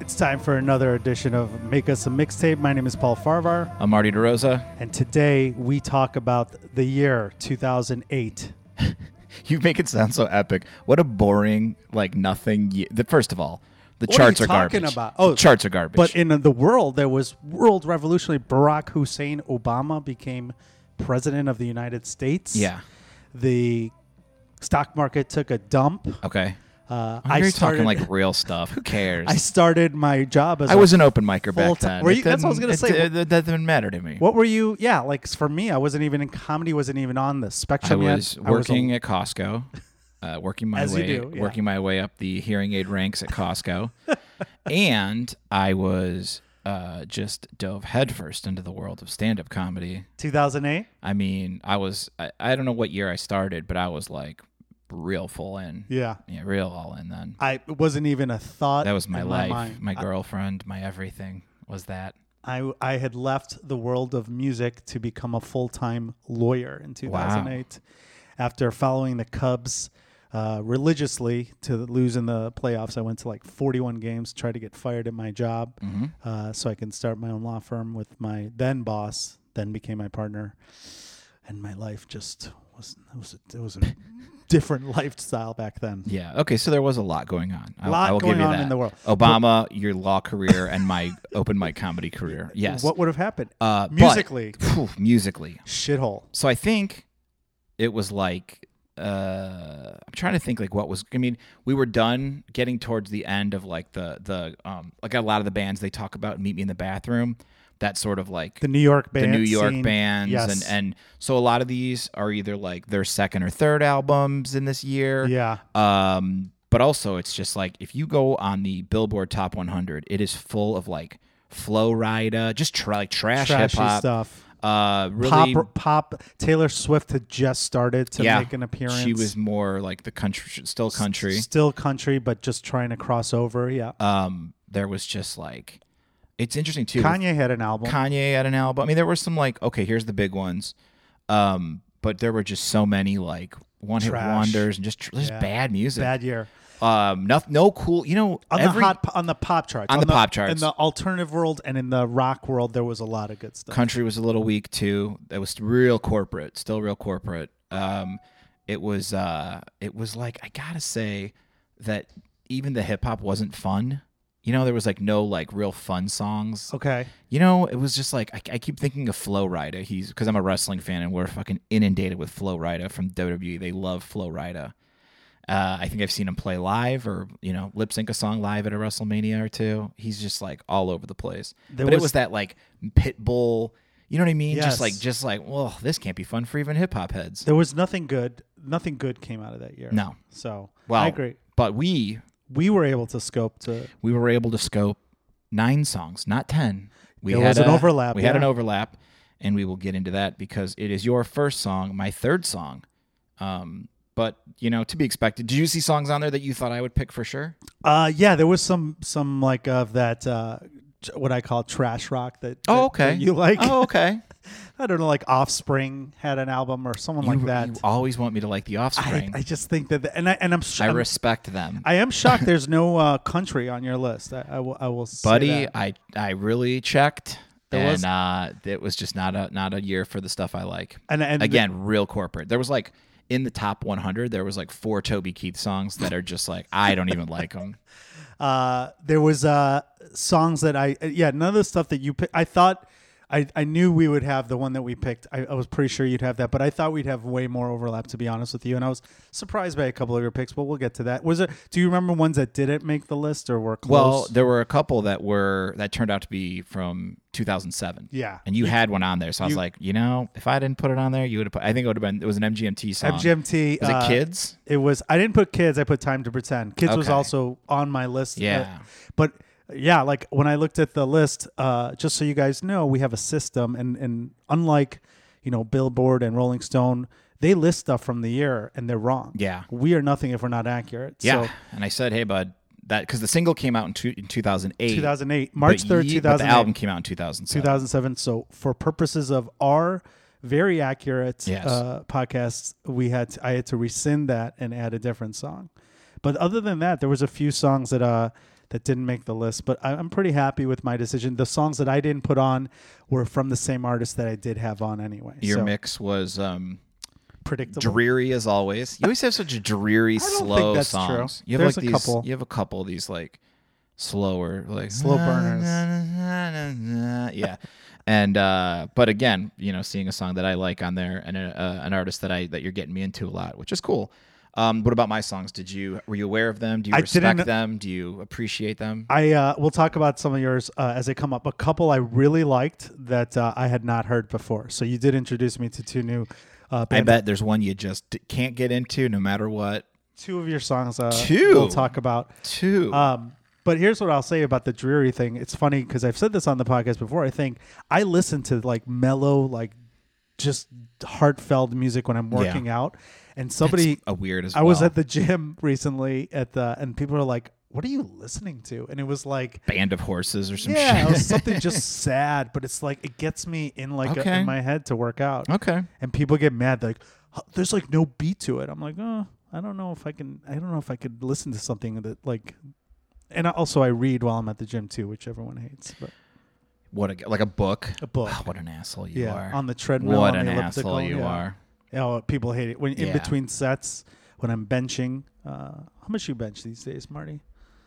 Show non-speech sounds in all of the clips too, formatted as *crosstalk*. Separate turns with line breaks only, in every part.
It's time for another edition of Make Us a Mixtape. My name is Paul Farvar,
I'm Marty DeRosa.
and today we talk about the year 2008.
You make it sound so epic. What a boring, like nothing. Ye- the, first of all, the
What are
charts
you
are,
talking
garbage.
about?
Oh, the charts are garbage.
But in the world, there was world revolutionary. Barack Hussein Obama became president of the United States.
yeah,
The stock market took a dump.
okay.
Uh,
I
I
You're
started.
talking like real stuff. Who cares?
I started my job as
I
a-
was an open micer
full
back
ti-
then.
Were
It
you- that's what I was
didn't-
gonna
it-
say.
it- that- that didn't matter to me.
What were you? Yeah, like for me, I wasn't even in comedy. Wasn't even on the
I
spectrum yet.
was
I was a-
working at Costco, uh, working my
As you
way,
do, yeah.
working my way up the hearing aid ranks at Costco, *laughs* and I was uh, just dove headfirst into the world of stand-up comedy.
2008.
I mean, I was I, I don't know what year I started, but I was like real full in.
Yeah,
Yeah, real all in then.
I it wasn't even a thought.
That was my
in
life.
My,
My,
mind.
girlfriend, my everything was that.
I I had left the world of music to become a full time lawyer in 2008, after following the Cubs. Uh, religiously to lose in the playoffs, I went to like 41 games, tried to get fired at my job, uh, so I can start my own law firm with my then boss, then became my partner, and my life just was it was a, it was a different lifestyle back then.
Yeah. Okay, so there was a lot going on. I,
Lot
I will
going
give you
on
that.
in the world.
Obama, your law career, and my open mic comedy
*laughs*
career. Yes.
What would have happened
uh, but-
musically?
Phew, musically.
shithole.
So I think it was like uh I'm trying to think like what was I mean, we were done getting towards the end of like the the um like a lot of the bands they talk about meet me in the bathroom, that sort of like
The New York band.
the New York
scene.
bands
Yes.
and and so a lot of these are either like their second or third albums in this year.
yeah.
Um but also it's just like if you go on the Billboard Top 100, it is full of like Flow Rida, just tra- like trash hip
Trashy
hop.
stuff.
Uh really
pop, pop. Taylor Swift had just started to make an appearance.
She was more like the country, still country.
still country, but just trying to cross over. Yeah.
Um, there was just like, it's interesting too. with
Kanye had an album.
Kanye had an album. I mean, there were some like, okay, here's the big ones. Um, but there were just so many like one hit
Trash.
wonders and just tr- just
Yeah.
bad music.
Bad year
Um, no, no cool. You know,
on
every
the hot on the pop charts
On the pop charts.
in the alternative world and in the rock world there was a lot of good stuff.
country was a little weak too. It was real corporate, still real corporate. Um, it was uh, it was like I gotta say that even the hip hop wasn't fun. You know, there was like no like real fun songs.
Okay,
You know, it was just like I, I keep thinking of Flow Rida. He's because I'm a wrestling fan and we're fucking inundated with Flow Rida from WWE. They love Flow Rida. Uh, I think I've seen him play live or you know lip sync a song live at a WrestleMania or two. He's just like all over the place.
There
but it
was-
was that like pit bull. You know what I mean?
Yes.
Just like just like well, this can't be fun for even hip hop heads.
there was nothing good. Nothing good came out of that year.
No.
so
Well,
I agree.
But we
We were able to scope to
we were able to scope nine songs, not ten. We
There was an overlap,
We had
yeah.
an overlap, and we will get into that because it is your first song, my third song. Um, but you know, to be expected. Did you see songs on there that you thought I would pick for sure?
Uh, yeah, there was some some like of that uh, tr- what I call trash rock that. that-
Oh, okay.
that you like?
Oh, okay.
*laughs* I don't know, like Offspring had an album or someone like
you,
that.
you always want me to like the
I,
Offspring.
I
I,
just think that, the, and I and I'm sh- I'm-
respect them,
I am
*laughs*
shocked. There's no uh, country on your list. I, I will. I will. Say
buddy.
that.
I I really checked,
There
and
was-
uh, it was just not a not a year for the stuff I like.
and and the-
again real corporate there was like in the top 100 there was like four toby keith songs that are just like i don't even
*laughs*
like them
uh, there was uh, songs that I yeah none of the stuff that you pick. I thought I, I knew we would have the one that we picked. I, I was pretty sure you'd have that, but I thought we'd have way more overlap to be honest with you. And I was surprised by a couple of your picks, but we'll get to that. Was it? Do you remember ones that didn't make the list or were
well
close?
there were a couple that were that turned out to be from 2007
yeah.
and you had one on there so i was
You-
like you know if i didn't put it on there you would have put i think it would have been it was an mgmt song
MGMT.
was
uh,
it kids
It was. I didn't put kids. I put time to pretend. Kids was
Okay.
also on my list. uh,
Yeah.
but uh, yeah, like when I looked at the list, uh, just so you guys know, we have a system, and and unlike you know Billboard and Rolling Stone, they list stuff from the year and they're wrong.
Yeah.
We are nothing if we're not accurate.
yeah
So,
and i said hey bud that because the single came out in, two, in 2008
2008,
but
March 3rd,
ye- but the
2008,
album came out in 2007
2007. So, for purposes of our very accurate
Yes.
uh, podcasts, we had to, I had to rescind that and add a different song. But other than that, there was a few songs that uh, that didn't make the list, but I, I'm pretty happy with my decision. The songs that I didn't put on were from the same artist that I did have on anyway.
Your
so
mix was um,
predictable.
dreary as always. You always have such a dreary,
don't think
slow
that's true.
songs. You have
There's
like
a
these.
couple.
You have a couple of these like slower, like
Slow burners.
yeah, and uh, but again, you know, seeing a song that I like on there and uh, an artist that I that you're getting me into a lot, which is cool. Um, what about my songs? Did you were you aware of them? Do you
I
respect
didn't-
them? Do you appreciate them?
I uh, we'll talk about some of yours uh, as they come up. A couple I really liked that uh, I had not heard before. So you did introduce me to two new uh,
I
bands.
bet there's one you just d- can't get into no matter what.
Two of your songs. Uh,
Two?
We'll talk about.
Two.
Um, but here's what I'll say about the dreary thing. It's funny because I've said this on the podcast before. I think I listen to like mellow, like just heartfelt music when I'm working out, and somebody
a weird as
I was
well.
at the gym *laughs* recently at the and people are like, "What are you listening to?" And it was like
band of horses or some
yeah, it
shit.
was something just
*laughs*
sad, but it's like it gets me in like a-
Okay.
in my head to work out.
*laughs* okay.
And people get mad they're like "Huh, there's like no beat to it. I'm like, "Oh, I don't know if I can I don't know if I could listen to something that like and I- also I read while I'm at the gym too, which everyone hates, but
What a, like a book.
a book.
Oh, what an asshole you
yeah,
are.
on the treadmill,
what
on
an
the
asshole
elliptical.
you
yeah.
are.
Oh, people hate it when in
Yeah.
between sets when I'm benching. Uh, how much you bench these days, Marty?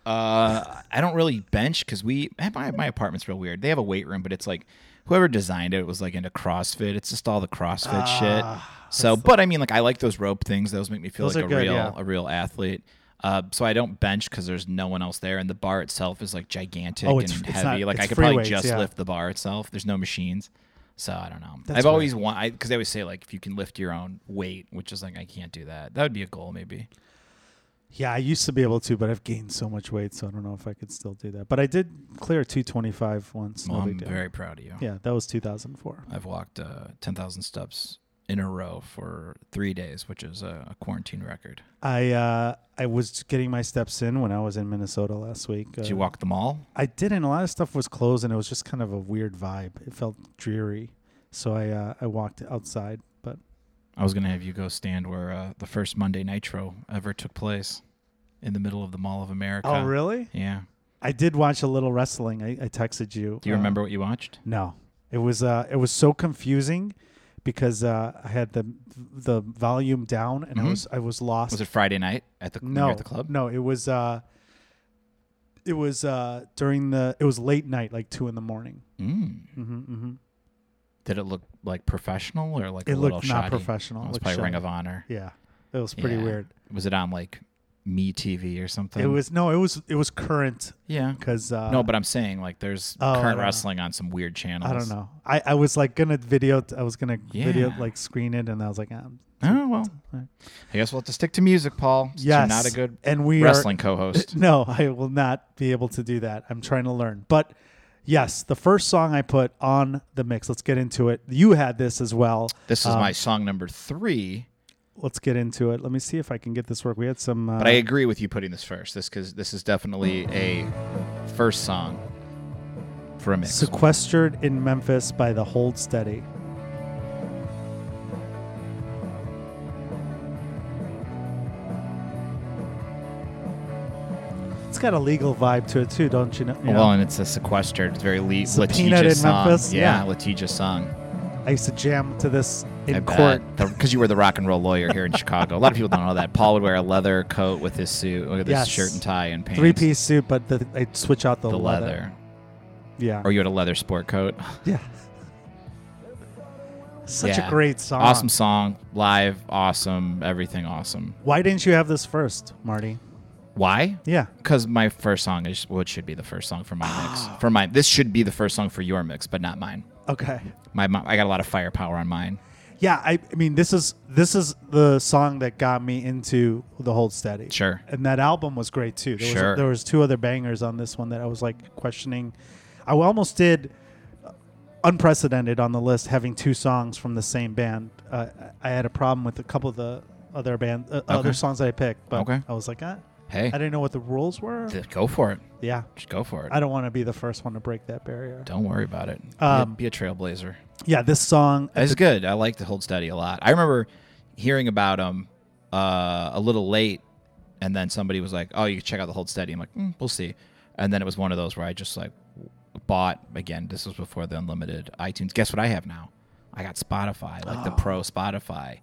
Uh, I don't really bench because we eh, my my apartment's real weird. They have a weight room, but it's like whoever designed it was like into CrossFit. It's just all the CrossFit
Ah,
shit. So, but I mean, like I like those rope things. Those make me feel
Those
like
are
a
good,
real
yeah.
a real athlete. Uh, so I don't bench because there's no one else there, and the bar itself is like gigantic
Oh,
and
it's-
heavy.
it's not-
like I
it's
could
free
probably
weights,
just
yeah.
lift the bar itself. There's no machines, so I don't know.
That's
I've always wanted because they always say like if you can lift your own weight, which is like I can't do that. That would be a goal maybe.
Yeah, I used to be able to, but I've gained so much weight, so I don't know if I could still do that. But I did clear 225 once.
Well,
no
I'm
big deal.
very proud of you.
yeah, that was 2004.
I've walked uh, 10,000 steps in a row for three days, which is a, a quarantine record.
I uh, I was getting my steps in when I was in Minnesota last week. Uh,
Did you walk them all?
I didn't. A lot of stuff was closed, and it was just kind of a weird vibe. It felt dreary, so I uh, I walked outside. But
I was going to have you go stand where uh, the first Monday Nitro ever took place in the middle of the Mall of America.
oh, really?
Yeah.
I did watch a little wrestling. I, I texted you.
Do you
uh,
remember what you watched?
No, it was uh, it was so confusing because uh, I had the the volume down and I
Mhm.
was I was lost.
Was it Friday night at the, when you were
no,
at the club?
no, it was uh, it was uh, during the it was late night, like two in the morning.
Mm.
hmm hmm
Did it look like professional or like
It
a little
looked not
shoddy?
professional.
It was
looked
probably Ring
shoddy.
of Honor.
yeah, it was pretty
Yeah.
weird.
Was it on like Me TV or something?
It was no, it was it was current
Yeah.
because uh,
no, but I'm saying like there's
Oh, I don't
current
know.
wrestling on some weird channels.
I don't know. I, I was like gonna video. I was gonna video
Yeah.
like screen it, and I was like, ah,
Oh well,
Right.
I guess we'll have to stick to music, Paul. since you're
yes,
not a good
and we are *laughs*
wrestling co-host.
No, I will not be able to do that. I'm trying to learn. But yes, the first song I put on the mix. Let's get into it. You had this as well.
This is
Um,
my song number three,
Let's get into it. Let me see if I can get this work. We had some. Uh,
but I agree with you putting this first. This because this is definitely a first song for a mix.
sequestered in Memphis by the Hold Steady. It's got a legal vibe to it too, don't you know? you
Well,
know?
and it's a sequestered, it's very le-
It's a peanut in
litigious song.
Memphis,
Yeah,
yeah.
litigious song.
I used to jam to this in
I
court.
because you were the rock and roll lawyer here in Chicago. A lot of people don't know that Paul would wear a leather coat with his suit, with
Yes.
his shirt and tie and pants,
Three piece suit, but the, I switch out the,
the leather.
Yeah.
or you had a leather sport coat.
Yeah. Such
Yeah.
a great song.
Awesome song, live, awesome, everything awesome.
Why didn't you have this first, Marty?
Why?
Yeah. Ah.
Because my first song is what should be the first song for my mix. For my this should be the first song for your mix, but not mine.
Okay.
My mo- I got a lot of firepower on mine.
Yeah, I, I mean this is this is the song that got me into the Hold Steady.
Sure.
And that album was great too. There
Sure.
was there was two other bangers on this one that I was like questioning. I almost did uh, unprecedented on the list having two songs from the same band. Uh, I I had a problem with a couple of the other band uh, other songs that I picked, but
Okay. Eh.
I was like, ah,
Hey,
I didn't know what the rules were.
th- go for it.
Yeah.
Just go for it.
I don't want to be the first one to break that barrier.
don't worry about it. Be a-
Um,
be, a, trailblazer.
Yeah, this song.
It's good. I like to hold steady a lot. I remember hearing about him uh, a little late, and then somebody was like, "Oh, you can check out the hold steady." I'm like, mm, "We'll see." And then it was one of those where I just like bought again. This was before the unlimited iTunes. Guess what I have now? I got Spotify, like the
Oh.
pro Spotify.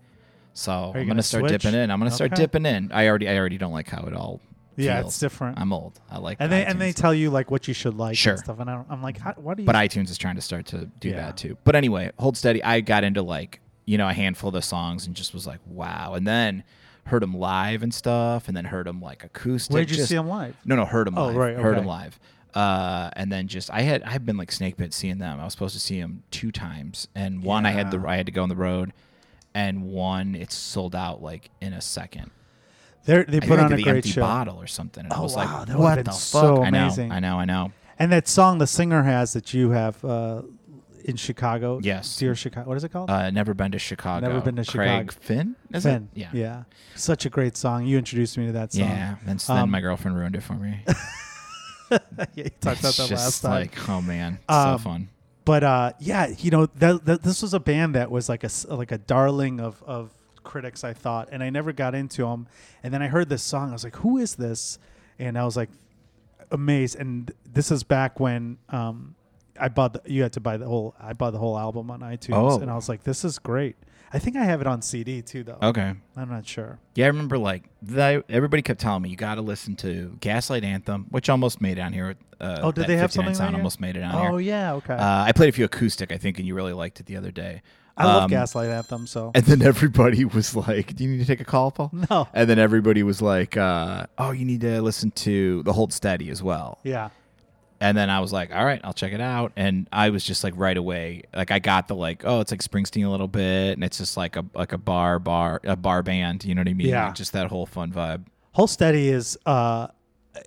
So I'm gonna,
gonna
start
switch?
dipping in. I'm gonna start
Okay.
dipping in. I already I already don't like how it all.
Yeah,
feels.
it's different.
I'm old. I like
and
the
they and they
iTunes.
tell you like what you should like
Sure.
and stuff. And I don't, I'm like, How, what do you?
but iTunes is trying to start to do
Mm. Yeah.
that too. But anyway, hold steady. I got into like you know a handful of the songs and just was like wow. And then heard them live and stuff, and then heard them like acoustic.
where'd you
just-
see them live?
No, no, heard them
Oh,
live.
right,
Heard
okay.
them live. Uh, and then just I had I've been like snake bit seeing them. I was supposed to see them two times, and one I had the
Yeah.
I had to go on the road, and one it's sold out like in a second.
They're, they
I
put
think
on
I
a
did the
great
empty
show.
bottle or something. And I
Oh,
was
wow,
like,
that would've
what
been
the fuck?
so amazing.
I know, I know, I know.
And that song the singer has that you have uh, in Chicago.
Yes.
Dear Chicago. What is it called?
Uh, never been to Chicago.
Never been to
Craig
Chicago.
Finn. Is
Finn.
It? Yeah.
Yeah. Such a great song. You introduced me to that song.
Yeah, and so then
Um,
my girlfriend ruined it for me.
*laughs* yeah you talked about
it's
that
just
last time.
like, oh man,
Um,
so fun.
but uh, yeah, you know, that, that this was a band that was like a s- like a darling of of critics, I thought, and I never got into them. And then I heard this song, I was like, "Who is this?" And I was like, amazed. And this is back when um, I bought the, you had to buy the whole I bought the whole album on iTunes,
Oh.
and I was like, "This is great." I think I have it on CD too, though.
Okay.
I'm not sure.
Yeah, I remember like they, everybody kept telling me you got to listen to Gaslight Anthem, which almost made it on here. Uh,
Oh, did
that
they have
59
something
Sound
on here?
almost made it on
Oh
here.
yeah, okay.
Uh, I played a few acoustic, I think, and you really liked it the other day.
I love
Um,
Gaslight Anthem, so
And then *laughs* everybody was like, "Do you need to take a call, Paul?"
no,
And then everybody was like, uh, "Oh, you need to listen to the Hold Steady as well."
yeah,
And then I was like, "All right, I'll check it out." And I was just like right away, like I got the like, "Oh, it's like Springsteen a little bit," and it's just like a like a bar bar a bar band. You know what I mean?
Yeah.
Like, just that whole fun vibe.
Holsteady is uh,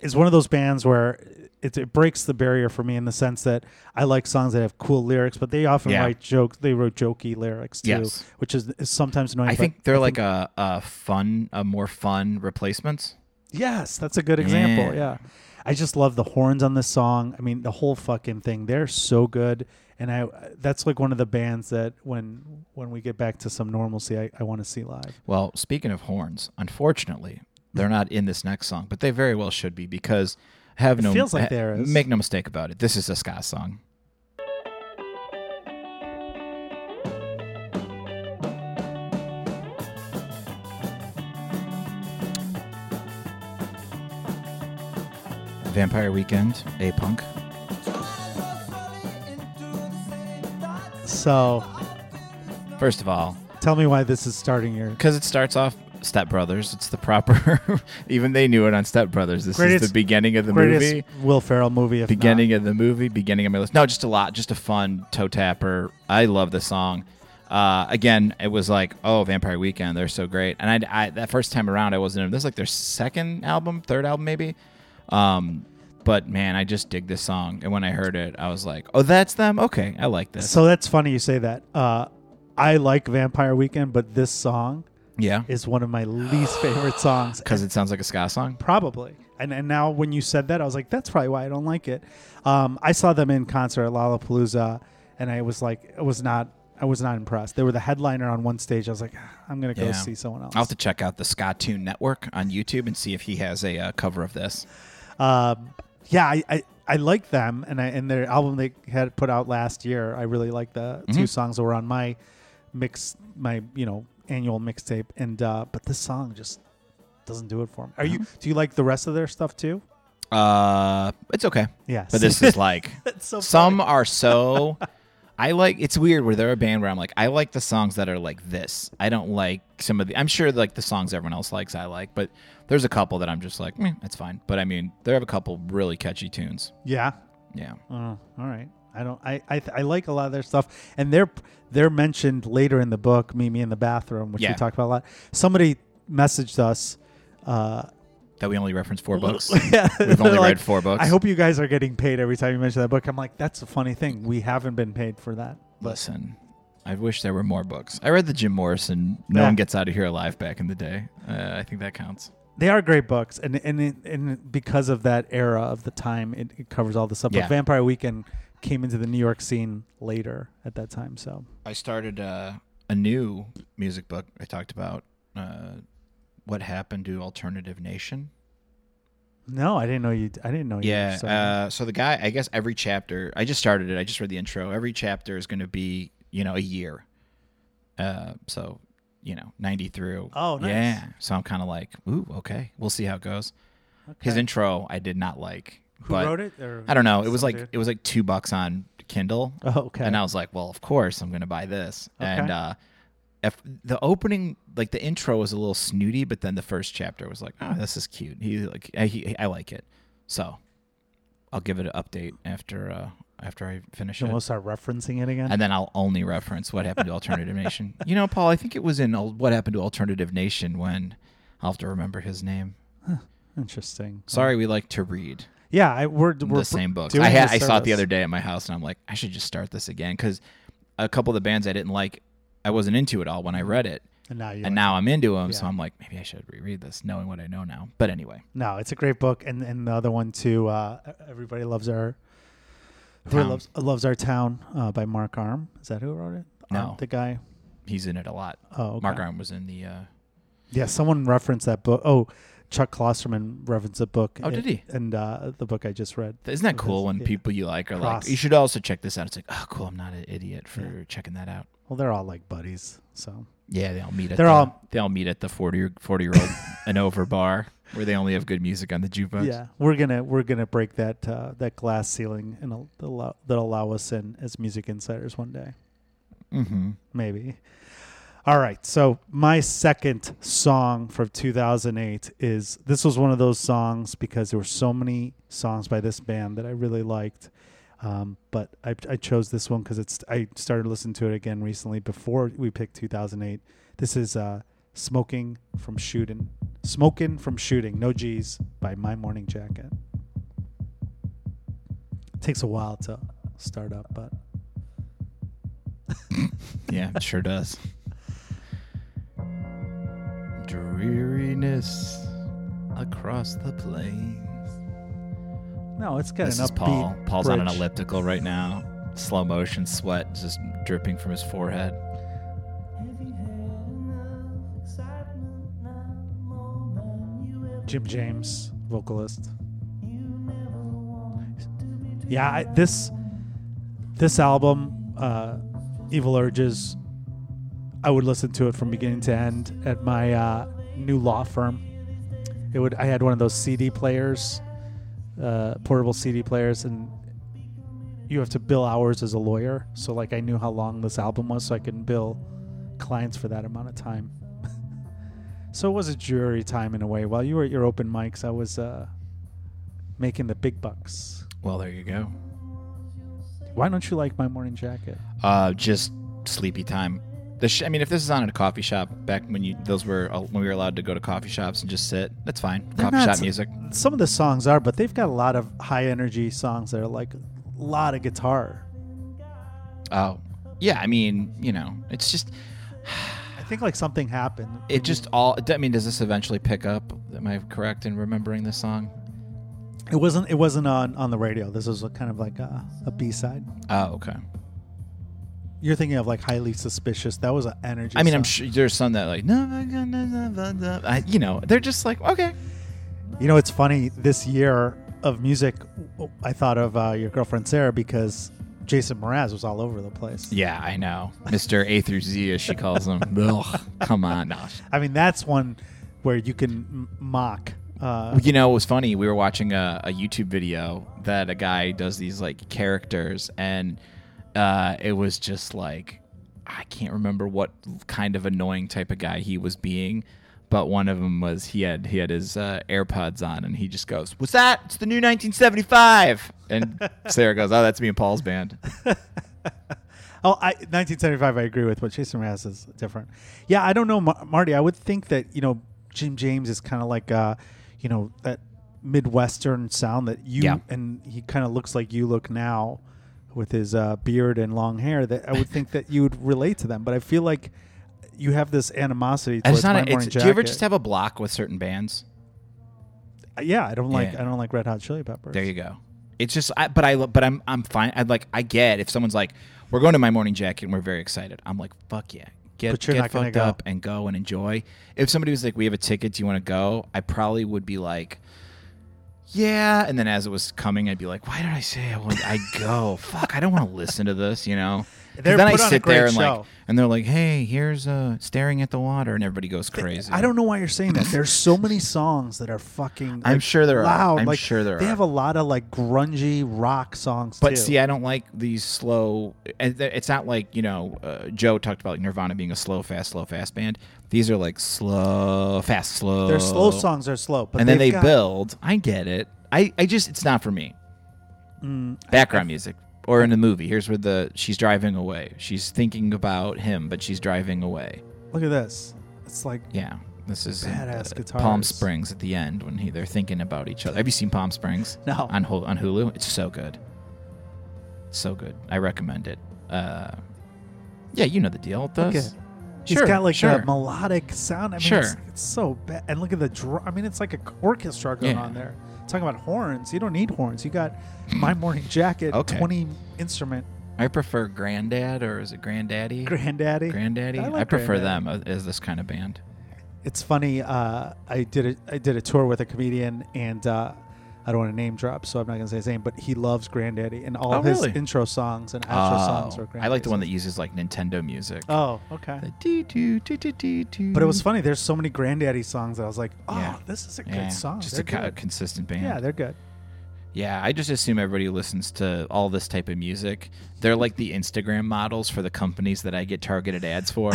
is one of those bands where it, it breaks the barrier for me in the sense that I like songs that have cool lyrics, but they often
Yeah.
write jokes. They wrote jokey lyrics too,
Yes.
which is, is sometimes annoying.
I
but
think they're like a, a fun, a more fun replacements.
yes, that's a good example. Yeah.
Yeah.
I just love the horns on this song. I mean, the whole fucking thing. They're so good, and I that's like one of the bands that when when we get back to some normalcy, I, I want to see live.
Well, speaking of horns, unfortunately, they're not in this next song, but they very well should be because have
It
no
feels like there is.
Make no mistake about it. This is a ska song. Vampire Weekend, A Punk.
So
First of all,
tell me why this is starting your
Because it starts off Step Brothers. It's the proper. *laughs* even they knew it on Step Brothers. This is
Greatest-
the beginning of the
greatest
movie.
Will Ferrell movie. If not.
Beginning of the movie. Beginning of my list. No, just a lot. Just a fun toe tapper. I love the song. Uh, again, it was like, oh, Vampire Weekend. They're so great. And I, I that first time around, I wasn't. This is like their second album, third album, maybe. Um, but man, I just dig this song. And when I heard it, I was like, oh, that's them. Okay, I like this.
So that's funny you say that. Uh, I like Vampire Weekend, but this song
Yeah,
is one of my least
*sighs*
favorite songs.
because it sounds like a ska song.
Probably. And, and now when you said that, I was like, that's probably why I don't like it. Um, I saw them in concert at Lollapalooza, and I was like, I was not, I was not impressed. They were the headliner on one stage. I was like, "Ah, I'm gonna go
Yeah.
see someone else.
I'll have to check out the Scott Tune Network on YouTube and see if he has a uh, cover of this.
um, yeah, I, I, I like them, and I, and their album they had put out last year. I really like the two songs that were on my mix, my you know annual mixtape, and uh, but this song just doesn't do it for me. Are you? Do you like the rest of their stuff too?
Uh, it's okay.
Yeah,
But this
*laughs*
is like
It's so
some are so. I like it's weird where they're a band where I'm like I like the songs that are like this. I don't like some of the. I'm sure like the songs everyone else likes I like, but there's a couple that I'm just like meh, that's fine. But I mean, there have a couple really catchy tunes.
yeah.
Yeah.
Oh, all right. I don't. I, I I like a lot of their stuff, and they're they're mentioned later in the book. Mimi in the bathroom, which
Yeah.
we talked about a lot. Somebody messaged us. Uh,
That we only reference
*laughs*
four books.
yeah,
We've
they're
only
like,
read four books.
I hope you guys are getting paid every time you mention that book. I'm like, that's a funny thing. We haven't been paid for that.
Listen, I wish there were more books. I read the Jim Morrison No
Yeah.
One Gets Out of Here Alive back in the day. Uh, I think that counts.
They are great books, and and it- and because of that era of the time, it, it covers all this stuff.
Yeah.
But Vampire Weekend came into the New York scene later at that time. So
I started uh, a new music book I talked about uh, What Happened to Alternative Nation.
No, I didn't know you. I didn't know you.
Yeah.
started.
Uh, so the guy, I guess every chapter, I just started it. I just read the intro. Every chapter is going to be, you know, a year. Uh, so, you know, 90 through.
Oh, nice.
Yeah. So I'm kind of like, ooh, okay. We'll see how it goes. His
Okay.
intro, I did not like.
Who
but
wrote it? Or
I don't know. It was
some
like
dude?
it was like two bucks on Kindle.
Oh, okay.
And I was like, well, of course I'm going to buy this. And
Okay.
uh, if the opening, like the intro was a little snooty, but then the first chapter was like, oh, this is cute. He like, I, he, I like it. So I'll give it an update after uh, after I finish
Then
it.
we'll start referencing it again.
And then I'll only reference what happened to
*laughs*
Alternative Nation. You know, Paul, I think it was in Al- what happened to Alternative Nation when I'll have to remember his name.
Oh. Interesting.
Sorry, we like to read
Yeah, I, we're, we're
the same books.
doing
I, had,
a
I saw it the
service.
other day at my house, and I'm like, I should just start this again because a couple of the bands I didn't like, I wasn't into at all when I read it,
And now you.
and now I'm into them. So
Yeah.
I'm like, maybe I should reread this, knowing what I know now. But anyway,
No, it's a great book, and and the other one too. Uh, Everybody loves our. Everybody
Town.
loves loves our town uh, by Mark Arm. Is that who wrote it? Uh,
No.
the guy.
he's in it a lot.
Oh, okay.
Mark Arm was in the. Uh,
Yeah, someone referenced that book. Oh, Chuck Klosterman referenced a book.
Oh, did he?
And uh, the book I just read.
th- isn't that
Of
cool
his-
when
yeah.
people you like are
Cross.
like, you should also check this out? It's like, oh, cool. I'm not an idiot for checking that out.
Well, they're all like buddies, so
Yeah, they all meet at
They're
the,
all-
they all meet at the 40, 40 year
*laughs*
old and over bar where they only have good music on the jukebox.
yeah, we're gonna we're gonna break that uh, that glass ceiling and al- allow, that allow us in as music insiders one day,
Mm-hmm.
maybe. All right, so my second song from 2008 is this was one of those songs because there were so many songs by this band that I really liked, um, but I, I chose this one because it's I started listening to it again recently before we picked 2008. This is uh, "Smoking from Shooting," "Smoking from Shooting," no G's by My Morning Jacket. takes a while to start up, but
Yeah, it sure does. Dreariness across the plains.
no, it's got
This
an
is
upbeat
Paul. Paul's on an
bridge.
elliptical right now. Slow motion sweat is just dripping from his forehead.
Jim James, vocalist. Yeah, I, this this album, uh, Evil Urges. I would listen to it from beginning to end at my uh, new law firm. It would. I had one of those CD players, uh, portable CD players, and you have to bill hours as a lawyer. So like, I knew how long this album was, so I can bill clients for that amount of time. So it was a jury time in a way. While you were at your open mics, I was uh, making the big bucks.
Well, there you go.
Why don't you like my morning jacket?
Uh, just sleepy time. The sh- I mean, if this is on at a coffee shop, back when you those were uh, when we were allowed to go to coffee shops and just sit, that's fine.
They're
Coffee
not
shop
s-
music.
Some of the songs are, but they've got a lot of high energy songs that are like a lot of guitar.
Oh, yeah. I mean, you know, it's just
I think like something happened.
it just all. I mean, does this eventually pick up? Am I correct in remembering this song?
It wasn't. It wasn't on on the radio. This was a kind of like a, a B side.
Oh, okay.
You're thinking of like highly suspicious. That was an energy.
I mean, I'm
song.
sure there's some that like, "Never gonna, never, never," I, you know, they're just like, okay,
You know, it's funny. This year of music, I thought of uh, your girlfriend Sarah because Jason Mraz was all over the place.
yeah, I know, Mister A through Z as she calls *laughs* him. Ugh, come on, no.
I mean, that's one where you can m- mock. Uh,
You know, it was funny. We were watching a, a YouTube video that a guy does these like characters, and uh, it was just like, I can't remember what kind of annoying type of guy he was being. But one of them was he had he had his uh, AirPods on, and he just goes, "What's that? It's the new 1975." And Sarah goes, "Oh, that's me *laughs* and Paul's band."
oh, I, 1975, I agree with, but Jason Mraz is different. Yeah, I don't know, Mar- Marty. I would think that you know Jim James is kind of like, uh, you know, that midwestern sound that you
Yeah.
and he kind of looks like you look now with his uh, beard and long hair. That I would think that you would relate to them, but I feel like you have this animosity
And
towards
it's not.
my
A, it's,
morning
do you ever
Jacket. Uh,
just have a block with certain bands?
yeah, I don't like
Yeah.
I don't like Red Hot Chili Peppers.
There you go. It's just, I, but I, lo- but I'm, I'm fine. I like, I get if someone's like, we're going to my morning jacket and we're very excited. I'm like, fuck yeah, get,
But you're
get
not gonna
fucked
go.
up and go and enjoy. If somebody was like, we have a ticket, do you want to go? I probably would be like, yeah. And then as it was coming, I'd be like, why did I say I want? I
*laughs*
go, fuck, I don't want to listen to this, you know. 'Cause
They're
then I
put on a
sit there
great
and
show.
like, and they're like, hey, here's uh, staring at the water, and everybody goes crazy.
I don't know why you're saying that. There's so many songs that are fucking.
I'm
like,
sure there are.
loud.
I'm
like,
sure there
They
are.
have a lot of like grungy rock songs.
But
too.
see, I don't like these slow. and th- It's not like you know uh, Joe talked about Nirvana being a slow, fast, slow, fast band. These are like slow, fast, slow.
their slow songs are slow, but
Oh. and then
they've
they
got-
build. I get it. I, I just it's not for me.
Mm,
Background music or in a movie. Here's where the she's driving away. She's thinking about him, but she's driving away.
Look at this. It's like
Yeah, this is in,
Badass
Palm
guitars.
Springs at the end when he, they're thinking about each other. Have you seen Palm Springs?
No.
On Hul- on Hulu, it's so good. So good. I recommend it. Uh, yeah, you know the deal. It
Look
does.
at-
Sure,
it's got like
sure.
that melodic sound. I mean,
Sure.
it's, it's so bad. And look at the drum. I mean, it's like an orchestra going
Yeah.
on there. Talking about horns, you don't need horns. You got My Morning Jacket,
Okay.
twenty instrument,
I prefer Granddad or is it Granddaddy?
Granddaddy.
Granddaddy.
I
I,
like
prefer
Granddaddy.
them as this kind of band.
It's funny. Uh, I did a I did a tour with a comedian, and uh, I don't want to name drop, so I'm not gonna say his name. But he loves Granddaddy, and all
Oh,
his
really?
intro songs and outro songs
Oh,
are Granddaddy.
I like the one that uses like Nintendo music.
songs. Oh, okay.
The doo doo doo doo doo doo.
But it was funny. There's so many Granddaddy songs that I was like, oh,
Yeah.
this is a good
yeah,
song.
Just
They're
a co-
good.
consistent band.
yeah, they're good.
Yeah, I just assume everybody listens to all this type of music. They're like the Instagram models for the companies that I get targeted ads
*laughs*
for,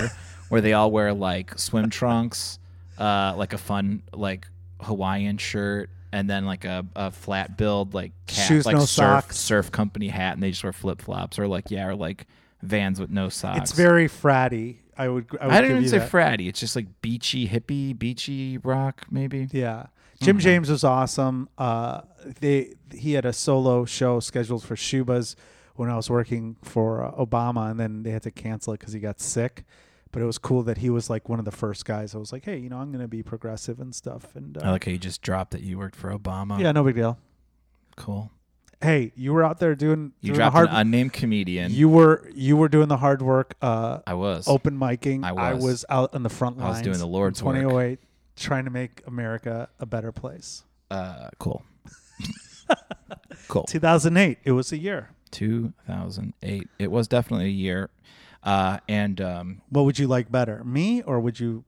where they all wear like swim trunks, uh, like a fun like Hawaiian shirt, and then like a, a flat build like cap,
Shoes,
like
no
surf
socks.
surf company hat, and they just wear flip flops or like yeah or like Vans with no socks.
It's very fratty. I would. I, would
I didn't
give
even
you
say
that.
fratty. It's just like beachy hippie, beachy rock maybe.
Yeah. Jim
Mm-hmm.
James was awesome. Uh, they he had a solo show scheduled for Shuba's when I was working for uh, Obama, and then they had to cancel it because he got sick. But it was cool that he was like one of the first guys. I was like, hey, you know, I'm going to be progressive and stuff. And
I
uh,
like how you just dropped that you worked for Obama.
yeah, no big deal.
cool.
Hey, you were out there doing,
You
doing the
dropped
hard.
an unnamed comedian.
you were you were doing the hard work. Uh,
I was.
open micing.
I
I
was.
was out on the front
I
lines.
was doing the Lord's
in
work.
2008, trying to make America a better place.
Uh, *laughs* cool. cool.
2008. It was a year.
2008. It was definitely a year. Uh, and um,
What would you like better, me or would you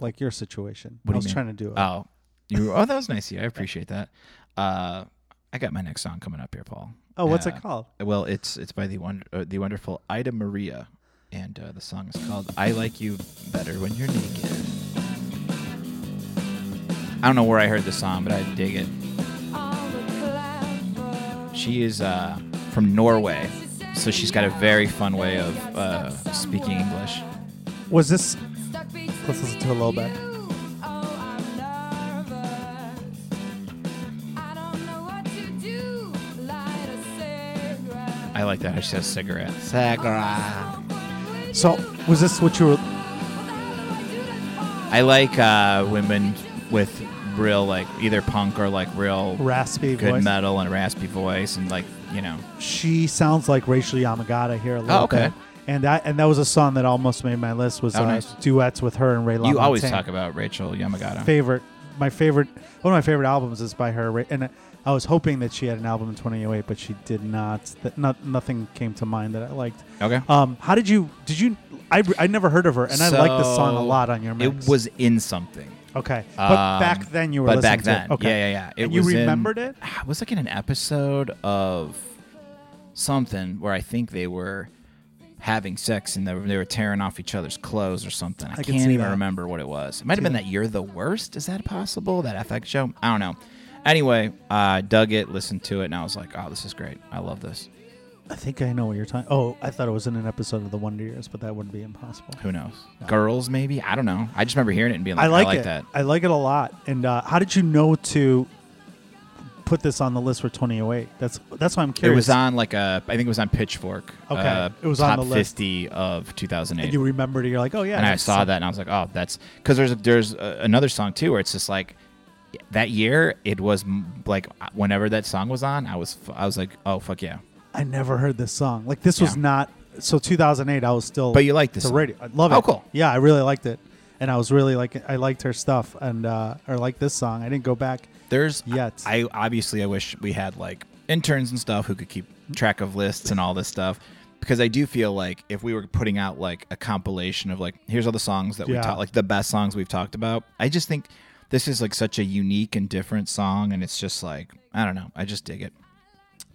like your situation?
What
I
do you
was
mean?
trying to do it.
oh, you. Oh, that was nice. Yeah, I appreciate that. Uh, I got my next song coming up here, Paul.
oh, what's
Uh,
it called?
Well, it's it's by the wonder, uh, the wonderful Ida Maria, and uh, the song is called "I Like You Better When You're Naked." I don't know where I heard this song, but I dig it. She is uh, from Norway, so she's got a very fun way of uh, speaking English.
Was this
Let's listen to a little bit.
I like that. how She says cigarette. Cigarette.
so? Was this what you were?
I like uh, women with real, like, either punk or like real
Raspy
good
voice.
metal and raspy voice, and like, you know.
She sounds like Rachel Yamagata here a little
Oh, okay.
bit. And I, and that was a song that almost made my list was
Oh,
uh,
nice.
duets with her and Ray LaMontagne.
You always talk about Rachel Yamagata.
favorite my favorite one of my favorite albums is by her Ra- and uh, I was hoping that she had an album in 2008 but she did not that not nothing came to mind that I liked
Okay.
um how did you did you I, I never heard of her and I like this song a
So,
lot on your mix
It was in something.
okay but
Um,
back then you were
but
listening
back
to
then,
it. okay
yeah, yeah, yeah. It
and you
was in-
remembered
*sighs*
it
it was like in an episode of something where I think they were having sex and they were, they were tearing off each other's clothes or something. I,
I can
can't
see
even
that.
remember what it was. It might have been that You're the Worst. Is that possible? That FX show? I don't know. Anyway, I dug it, listened to it, and I was like, oh, this is great. I love this.
I think I know what you're talking oh I thought it was in an episode of the Wonder Years but that wouldn't be impossible
Who knows? Girls, maybe? I don't know. I just remember hearing it and being like,
I like, it
that.
I like it a lot and uh, how did you know to put this on the list for 2008 that's that's why I'm
It
curious
was on like a, I think it was on Pitchfork.
Okay.
uh,
It was on
top
the list.
50 of 2008.
and you remembered it you're like oh yeah
and I
that's-
saw that and I was like, oh, that's because there's there's uh, another song too where it's just like that year it was m- like whenever that song was on, I was f- I was like, oh fuck yeah,
I never heard this song. Like this was
Yeah.
not so 2008. I was still.
But you liked this
the
song.
radio. I love it.
Oh, cool.
Yeah, I really liked it, and I was really like I liked her stuff and uh, or like this song. I didn't go back.
There's
Yet.
I obviously I wish we had like interns and stuff who could keep track of lists and all this stuff because I do feel like if we were putting out like a compilation of like here's all the songs that we
Yeah.
talked like the best songs we've talked about. I just think this is like such a unique and different song and it's just like I don't know. I just dig it.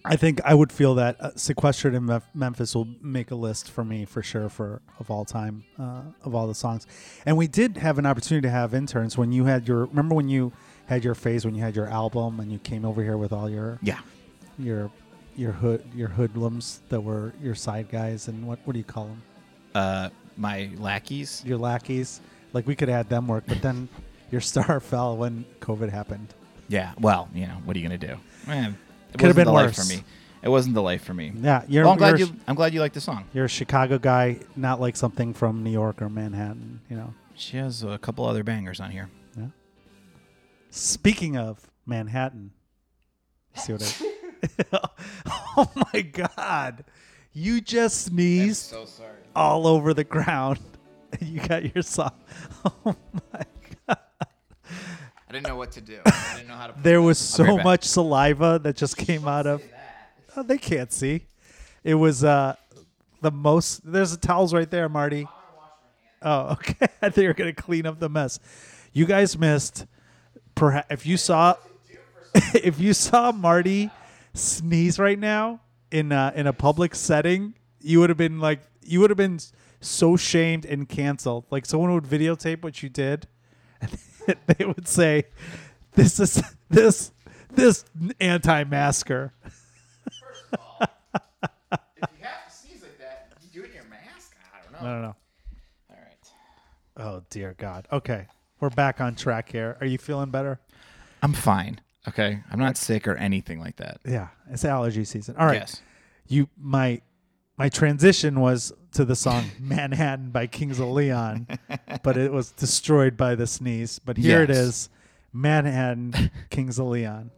I think I would feel that uh, sequestered in Mef- Memphis will make a list for me for sure for of all time uh, of all the songs. And we did have an opportunity to have interns when you had your remember when you had your phase when you had your album and you came over here with all your
Yeah.
your your hood your hoodlums that were your side guys and what what do you call them
Uh my lackeys.
your lackeys like we could have had them work but then your star *laughs* fell when COVID happened.
Yeah. Well, you know, what are you gonna do? Man, it
Could've
wasn't
been
the life for
worse.
me. It wasn't the life for me.
Yeah, you're,
well, I'm glad
you're,
you. I'm glad you like the song.
you're a Chicago guy, not like something from New York or Manhattan. You know.
She has a couple other bangers on here.
Speaking of Manhattan, see what I. *laughs* oh my God. You just sneezed
sorry.
all over the ground. *laughs* You got yourself. *laughs* Oh my.
I didn't know what to *laughs* do. I didn't know how to.
There was
right
so
back.
much saliva that just came out of. Oh, they can't see. It was uh, the most. There's the towels right there, Marty. Oh, *laughs* okay. I thought you were going to clean up the mess. You guys missed. Perhaps if you saw, *laughs* if you saw Marty sneeze right now in a, in a public setting, you would have been like, you would have been so shamed and canceled. Like someone would videotape what you did, *laughs* and they would say, "This is this this anti-masker."
If you have to sneeze like that, you do it in your mask. I don't know.
I don't know.
All right.
Oh dear God. Okay, we're back on track here. Are you feeling better?
I'm fine. Okay. I'm not sick or anything like that.
Yeah, it's allergy season. All right.
Yes.
You my my transition was to the song *laughs* Manhattan by Kings of Leon, but it was destroyed by the sneeze. But here it
Yes.
is. Manhattan, Kings of Leon.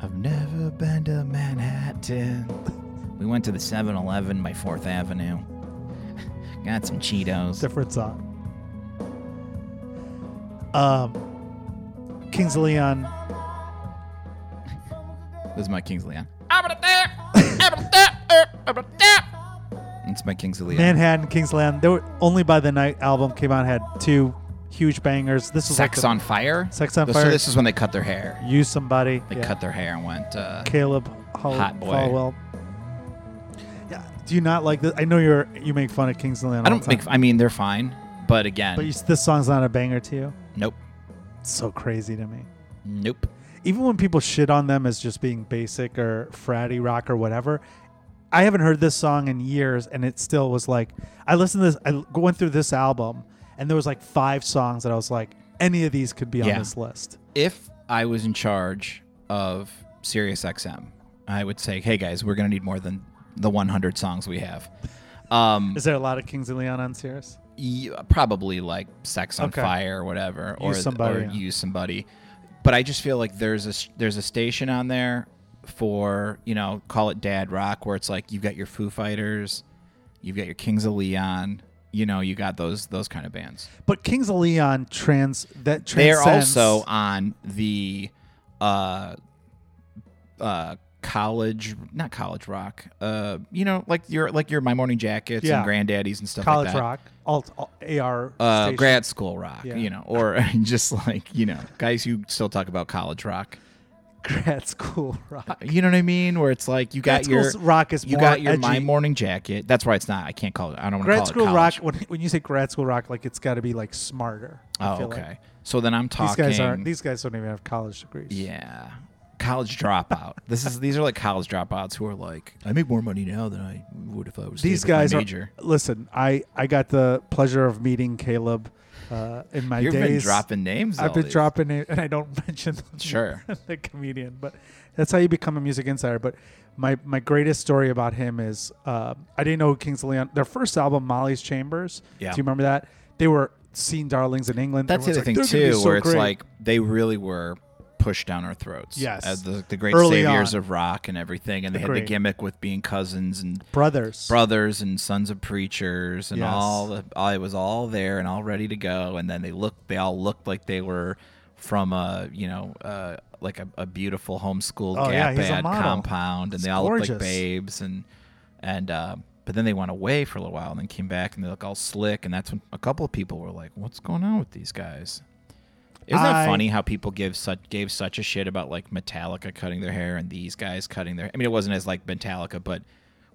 I've never been to Manhattan. We went to the 7 Eleven by 4th Avenue. *laughs* Got some Cheetos.
Different song. Um Kings of Leon
This is my Kings of Leon. It's my Kings of Leon.
Manhattan, Kingsland. They were only by the night album came out had two huge bangers. This was like
Sex
the-
on Fire?
Sex on
so
Fire.
this is when they cut their hair.
you somebody.
They
Yeah.
cut their hair and went, uh,
Caleb Hol-
Hot boy.
Falwell. Yeah. Do you not like this? I know you're you make fun of Kingsland.
I
all
don't
the time,
think. I mean, they're fine, but again,
but you, this song's not a banger to you.
nope,
It's so crazy to me.
nope.
Even when people shit on them as just being basic or fratty rock or whatever, I haven't heard this song in years, and it still was like I listened to this. I l- went through this album, and there was like five songs that I was like, any of these could be on
Yeah.
this list.
If I was in charge of SiriusXM, I would say, "Hey guys, we're gonna need more than the 100 songs we have." Um,
Is there a lot of Kings of Leon on Sirius?
y- probably like "Sex on
Okay.
Fire" or whatever, or
Use somebody,
or
yeah.
use somebody. But I just feel like there's a s- there's a station on there for you know call it dad rock where it's like you've got your Foo Fighters, you've got your Kings of Leon, you know you got those those kind of bands.
But Kings of Leon trans that
They're
transcends.
also on the uh, uh, college, not college rock. Uh, you know, like your like your My Morning Jackets
Yeah.
and Granddaddies and stuff.
college
like that.
rock, alt, alt AR,
Uh,
station.
grad school rock,
Yeah.
you know, or *laughs* just like you know, guys who still talk about college rock.
*laughs* grad school rock.
You know what I mean? Where it's like you
Grad
got your
school's rock is
you
more
got your
edgy.
My Morning Jacket. That's why it's not. I can't call it. I don't want to
Grad
call
school
it
rock.
college.
When, when you say grad school rock, like it's got to be like smarter. I
Oh,
feel
okay.
like.
So then I'm
These
talking.
guys aren't. These guys don't even have college degrees.
Yeah. College dropout. *laughs* this is these are like college dropouts who are like, I make more money now than I would if I was.
These
staying with
guys
my
are.
major.
Listen, I I got the pleasure of meeting Caleb uh, in my
You've
days.
been dropping names.
I've
all
been
these.
dropping it, and I don't *laughs* mention the,
Sure.
the comedian, but that's how you become a music insider. But my my greatest story about him is uh, I didn't know who Kings of Leon. Their first album, Molly's Chambers.
Yeah.
Do you remember that? They were seen darlings in England.
That's the other
Everyone's
thing
like, "They're gonna be
too,
so
where it's
great."
like they really were pushed down our throats.
Yes.
as the, the great
Early
saviors
on.
of rock and everything, and they had
Agreed.
the gimmick with being cousins and
Brothers.
brothers and sons of preachers and
Yes.
all the all, it was all there and all ready to go and then they looked they all looked like they were from a you know uh, like a, a beautiful homeschool
Oh, yeah,
gap
he's a
ad
model.
compound and they
It's
all looked like
gorgeous.
babes and and uh, but then they went away for a little while and then came back and they look all slick and that's when a couple of people were like what's going on with these guys isn't
I-
that funny how people give such gave such a shit about like Metallica cutting their hair and these guys cutting their I mean it wasn't as like Metallica but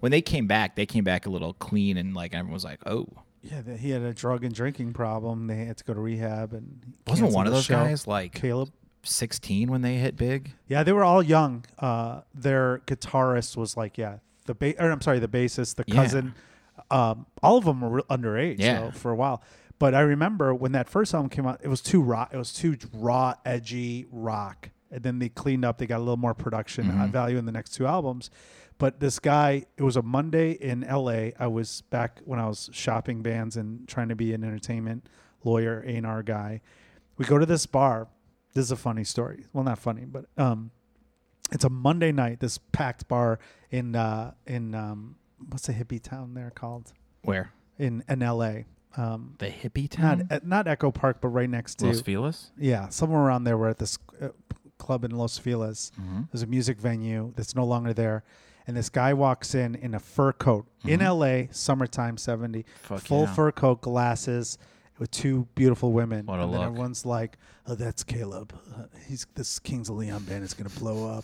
when they came back they came back a little clean and like everyone was like oh
yeah, th- he had a drug and drinking problem. They had to go to rehab and he
wasn't one
canceled
of
the
those
show.
guys like
Caleb.
16 when they hit big
Yeah, they were all young. Uh, their guitarist was like, yeah, the ba- or I'm sorry, the bassist, the
Yeah.
cousin, um, all of them were re- underage.
Yeah.
So for a while, but I remember when that first album came out, it was too raw. It was too raw, edgy rock. And then they cleaned up. They got a little more production uh, value in the next two albums. But this guy, it was a Monday in L.A. I was back when I was shopping bands and trying to be an entertainment lawyer, A&R guy. We go to this bar. This is a funny story. Well, not funny, but um, it's a Monday night. This packed bar in uh, in um, what's the hippie town there called
where
in in L.A. Um,
the hippie
not
town
uh, not Echo Park, but right next to
Los Feliz
yeah, somewhere around there. We're at this uh, club in Los Feliz.
Mm-hmm.
There's a music venue that's no longer there, and this guy walks in in a fur coat in L.A. summertime '70,
Mm-hmm. Fuck
full
yeah.
fur coat, glasses. With two beautiful women,
What a
and then
look.
everyone's like, "Oh, that's Caleb. Uh, he's this Kings of Leon band is gonna blow up."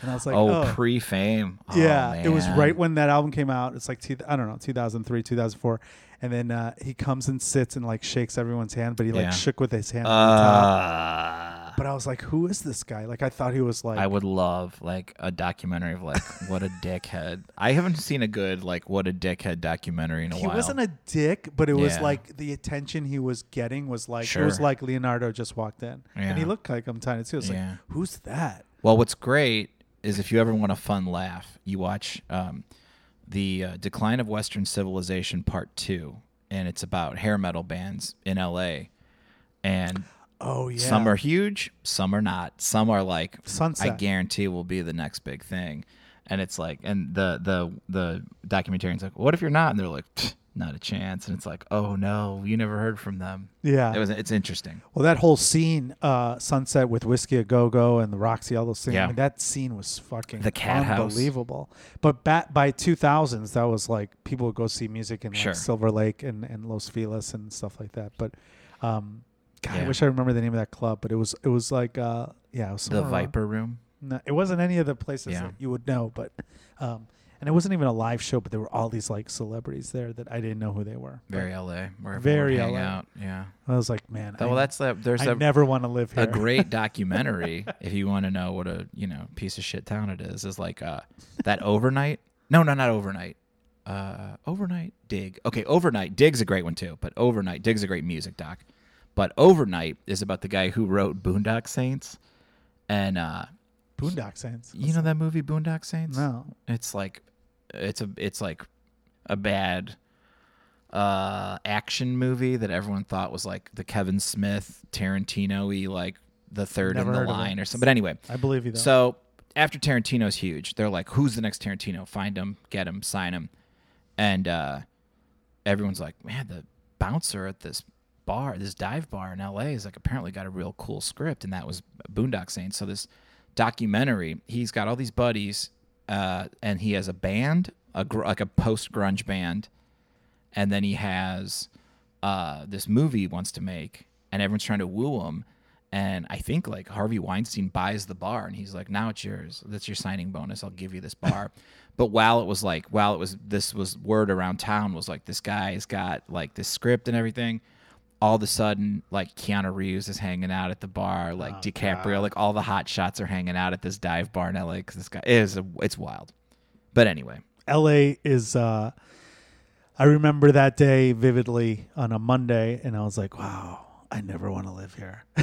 And I was like,
oh,
"Oh,
pre-fame Oh,
yeah, it was
man.
right when that album came out. It's like two, I don't know, 2003, 2004, and then uh, he comes and sits and like shakes everyone's hand, but he like
Yeah.
shook with his hand. on the top.
uh,
But I was like, who is this guy? Like I thought he was like
I would love like a documentary of like what a dickhead. I haven't seen a good like what a dickhead documentary in a
he
while.
wasn't a dick, but it was
Yeah.
like the attention he was getting was like it was
Sure.
like Leonardo just walked in and he
Yeah.
looked like him tiny too. It's
Yeah.
like who's that?
Well, what's great is if you ever want a fun laugh, you watch um, the uh, Decline of Western Civilization Part Two, and it's about hair metal bands in L.A. And
Oh yeah,
some are huge, some are not. Some are like I
Sunset.
guarantee will be the next big thing. And it's like, and the the the documentarian's like, what if you're not? And they're like, "Tch, not a chance. And it's like, oh no, you never heard from them.
Yeah.
it was. It's interesting.
Well, that whole scene, uh, sunset with whiskey a go go and the Roxy, all those things.
Yeah.
I mean, that scene was fucking
The cat house.
unbelievable. But back by two thousands, that was like people would go see music in like
Sure.
Silver Lake and, and Los Feliz and stuff like that. But um, God, I
Yeah.
wish I remember the name of that club. But it was it was like uh, yeah, it was
The
somewhere around-
Viper Room.
No, it wasn't any of the places
Yeah.
that you would know. But um, and it wasn't even a live show. But there were all these like celebrities there that I didn't know who they were. But
Very LA, where everyone
Very
would hang
LA.
out. Yeah.
I was like, man,
Oh,
I,
well, that's the there's
I
a,
never want to live here. *laughs*
a great documentary if you want to know what a you know piece of shit town it is is like uh that overnight no no not overnight uh overnight dig okay overnight dig's a great one too but overnight dig's a great music doc but overnight is about the guy who wrote boondock saints and uh
Boondock Saints.
you know that movie boondock saints
No.
it's like it's a it's like a bad uh action movie that everyone thought was like the Kevin Smith Tarantino y like the third
Never
in the
heard of
line
it.
or something. But anyway.
I believe you though.
So after Tarantino's huge, they're like, Who's the next Tarantino? Find him, get him, sign him. And uh everyone's like, Man, the bouncer at this bar, this dive bar in LA is like apparently got a real cool script and that was Boondock Saints. So this documentary, he's got all these buddies, uh, and he has a band, a gr- like a post grunge band, and then he has uh, this movie he wants to make, and everyone's trying to woo him. And I think like Harvey Weinstein buys the bar, and he's like, "Now it's yours. That's your signing bonus. I'll give you this bar." but while it was like, while it was this was word around town was like, this guy's got like this script and everything. All of a sudden, like Keanu Reeves is hanging out at the bar, like DiCaprio, like all the hot shots are hanging out at this dive bar in LA. Cause this guy it is a, it's wild. But anyway,
LA is uh I remember that day vividly on a Monday and I was like, wow, I never want to live here. *laughs*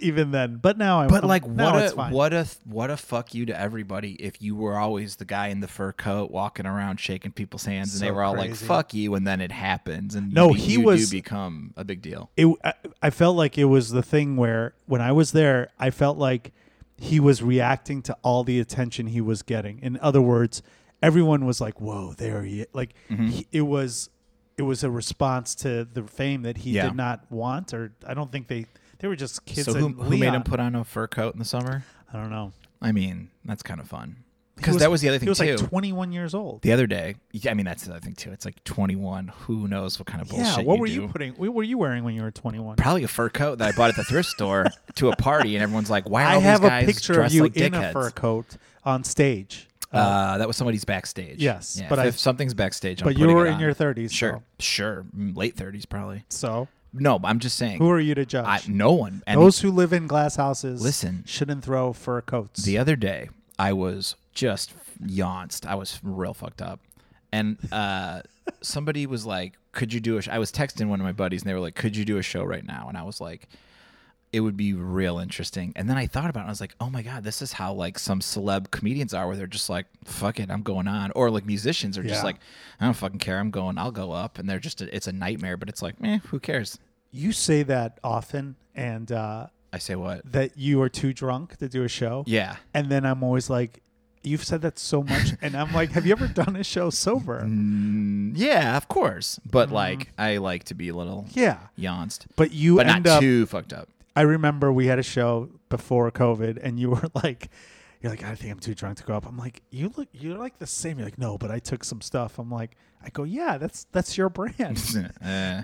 Even then. But now I
But like,
now
what
Oh, it's
a
fine.
what a what a fuck you to everybody if you were always the guy in the fur coat walking around shaking people's hands and they
So
were all like
crazy.
fuck you and then it happens and
No,
you, be-
he
you
was-
do become a big deal.
it I, I felt like it was the thing where when I was there, I felt like he was reacting to all the attention he was getting. In other words, everyone was like, "Whoa, there he!" is." Like
Mm-hmm.
he, it was, it was a response to the fame that he
Yeah.
did not want, or I don't think they they were just kids.
So who,
in
who made
Leon.
him put on a fur coat in the summer?
I don't know
I mean, that's kind of fun.
He
Because that was the other thing
He was
too.
like 21 years old.
the other day, yeah, I mean, that's the other thing too. It's like 21. Who knows what kind of bullshit?
yeah, what were
do.
you putting? What were you wearing when you were 21?
Probably a fur coat that I bought at the thrift
*laughs*
store to a party, and everyone's like, "Why are
I
all
have
these
a
guys
picture of
dressed
you
like
in
dickheads?"
a fur coat on stage.
Uh, that was somebody's backstage.
Oh. Yes,
yeah,
but
if,
I-
if something's backstage, I'm
but you
putting
were
it
in
on.
your 30s.
Sure,
though.
sure, Mm, late 30s probably.
So,
No, I'm just saying.
who are you to
I,
judge?
no one. And
Those who live in glass houses
Listen.
shouldn't throw fur coats.
The other day, I was just yaunced. I was real fucked up, and uh, *laughs* somebody was like, "Could you do a?" Sh-? I was texting one of my buddies, and they were like, "Could you do a show right now?" And I was like, "It would be real interesting." And then I thought about it, and I was like, "Oh my god, this is how like some celeb comedians are, where they're just like, fuck it, I'm going on,' or like musicians are
Yeah.
just like, I don't fucking care, I'm going, I'll go up,' and they're just a, it's a nightmare, but it's like, eh, who cares?
you say that often, and uh,
I say what?
that you are too drunk to do a show.
Yeah.
And then I'm always like, you've said that so
*laughs*
much, and I'm like, have you ever done a show sober?
Yeah, of course. But like I like to be a little
Mm-hmm. Yeah,
yaunced.
but you
but
end
not
up.
too fucked *laughs* up.
I remember we had a show before COVID, and you were *laughs* like, "You're like, I think I'm too drunk to go up." I'm like, "You look, you're like the same." You're like, "No, but I took some stuff." I'm like, "I go, yeah, that's that's your
*laughs*
brand."
Eh.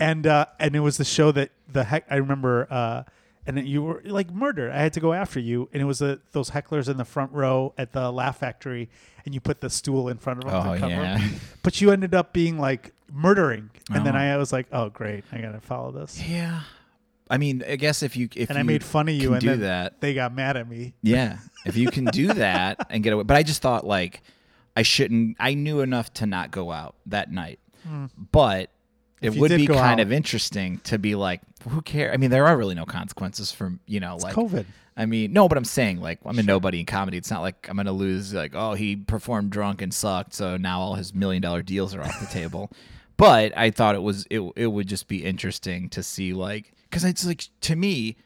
and uh, and it was the show that the heck I remember, uh, and then you were like murder. I had to go after you, and it was the those hecklers in the front row at the Laugh Factory, and you put the stool in front of them
Oh,
to cover.
yeah. *laughs*
But you ended up being like murdering, and then
Oh.
I was like, "Oh, great, I gotta follow this."
yeah. I mean, I guess if you if
And
you
I made fun of you,
can
and
do
then
that.
they got mad at me.
Yeah. If you can do
*laughs*
that and get away but I just thought like I shouldn't I knew enough to not go out that night. But
Hmm. If
it
you
would
did
be
go
kind
out-
of interesting to be like, who cares? I mean, there are really no consequences from you know, like
COVID. *laughs*
I mean, no, but I'm saying like I'm a nobody in comedy. It's not like I'm gonna lose like oh he performed drunk and sucked, so now all his million dollar deals are off the table. But I thought it was it it would just be interesting to see like because it's like to me,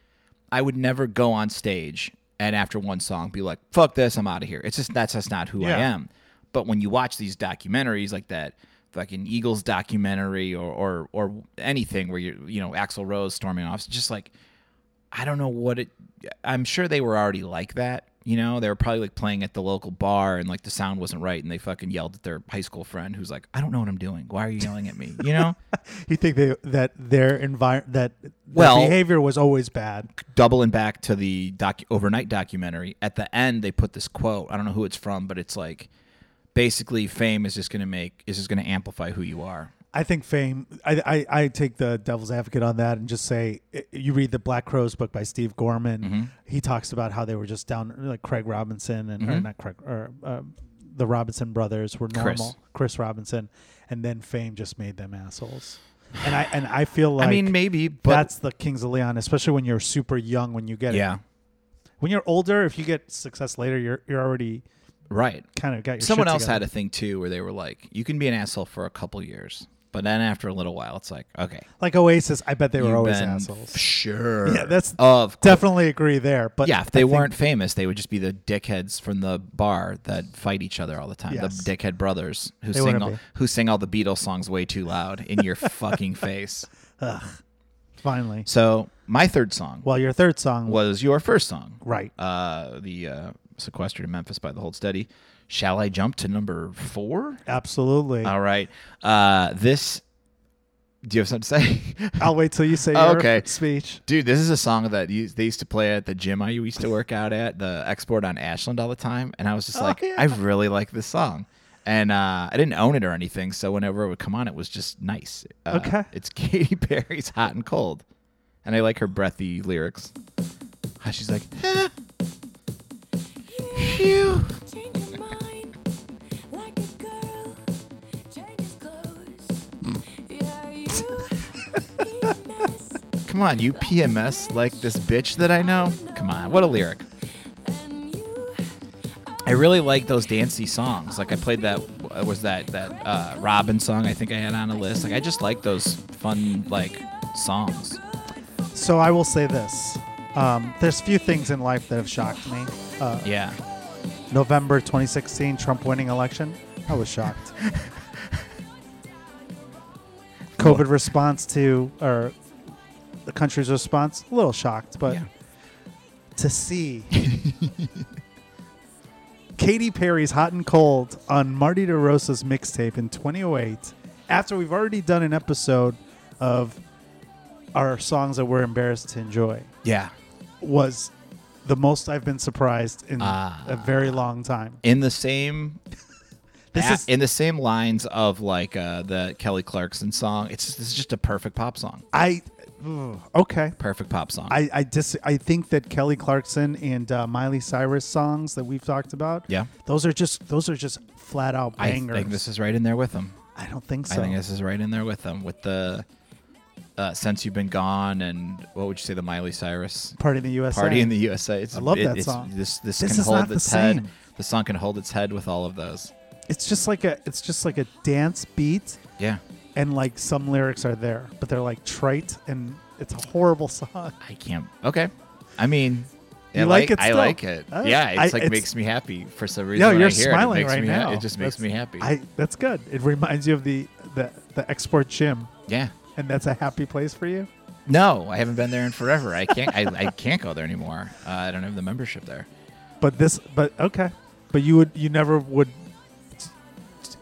I would never go on stage and after one song be like fuck this, I'm out of here. It's just that's just not who I
Yeah.
am. But when you watch these documentaries like that fucking Eagles documentary or or or anything where you you know Axl Rose storming off, it's just like I don't know what it. I'm sure they were already like that. You know, they were probably like playing at the local bar and like the sound wasn't right and they fucking yelled at their high school friend who's like, I don't know what I'm doing. Why are you yelling at me? You know,
You think they, that their environment that their
Well-
behavior was always bad?
*laughs* doubling back to the doc overnight documentary. At the end, they put this quote. I don't know who it's from, but it's like basically fame is just going to make is just going to amplify who you are.
I think fame. I, I I take the devil's advocate on that and just say i- you read the Black Crows book by Steve Gorman.
Mm-hmm.
He talks about how they were just down like Craig Robinson and or not Craig or um, the Robinson brothers were normal.
Mm-hmm. Chris.
Chris. Robinson, and then fame just made them assholes. And I and I feel like
*sighs* I mean, maybe, but
that's the Kings of Leon, especially when you're super young when you get
yeah,
it. When you're older, if you get success later, you're you're already
right.
kind of got your
Someone else had a thing too where they were like, you can be an asshole for a couple years, but then after a little while, it's like, okay,
like Oasis. I bet they were
You've
always
been-
assholes.
Sure.
Yeah, that's
of
*laughs*
course.
Definitely agree there. But
yeah. If they
I think-
weren't famous, they would just be the dickheads from the bar that fight each other all the time.
Yes.
The dickhead brothers who
They
sing
wouldn't
all,
be.
who sing all the Beatles songs way too loud in
*laughs*
your fucking face.
finally,
So my third song
well, your third song was
was your first song,
right.
uh, the uh, sequestered in Memphis by the Hold Steady. Shall I jump to number four?
Absolutely.
All right. Uh, this. Do you have something to say? *laughs*
I'll wait till you say
Oh,
your
okay.
speech.
Dude, this is a song that you, they used to play at the gym I used to work out at, the export on Ashland all the time. And I was just like,
Oh, yeah.
I really like this song. And uh, I didn't own it or anything. So whenever it would come on, it was just nice. Uh,
Okay.
It's *laughs* Katy Perry's Hot and Cold. And I like her breathy lyrics. How She's like, "Eh, phew." come on, you PMS like this bitch that I know. Come on, what a lyric. I really like those dancey songs. Like I played that was that that uh, Robin song I think I had on a list. Like I just like those fun like songs.
So I will say this: um, there's few things in life that have shocked me, uh,
Yeah.
November 2016, Trump winning election. I was shocked. *laughs* COVID response to, or the country's response, a little shocked, but
Yeah.
to see Katy Perry's Hot and Cold on Marty DeRosa's mixtape in 2008, after we've already done an episode of our songs that we're embarrassed to enjoy,
Yeah.
was the most I've been surprised in
Ah.
a very long time.
In the same
This
a-
is
in the same lines of like uh, the Kelly Clarkson song. It's just, this is just a perfect pop song.
I ugh, okay.
Perfect pop song.
I I dis- I think that Kelly Clarkson and uh, Miley Cyrus songs that we've talked about,
Yeah.
those are just those are just flat out
I
bangers. I,
think this is right in there with them.
don't think so.
I think this is right in there with them with the uh, since you've been gone and what would you say the Miley Cyrus
Party in the USA.
Party in the USA. It's,
I love that
it's-
song.
This this,
This
can
is
hold
not the
its head.
same.
The song can hold its head with all of those.
It's just like a it's just like a dance beat,
Yeah.
and like some lyrics are there, but they're like trite, and it's a horrible *laughs* song.
I can't. Okay. I mean,
You
I
like it
I
still?
like it.
Uh,
yeah,
I-
it's like
it's-
makes me happy for some reason.
No,
when
you're
I hear
smiling
it, it makes
right
me ha-
now.
it just makes
That's-
me happy.
I that's good. It reminds you of the the the export gym,
yeah.
and that's a happy place for you.
No, I haven't been there in forever. I can't. I, I can't go there anymore. Uh, I don't have the membership there.
But this, but okay, but you would, you never would.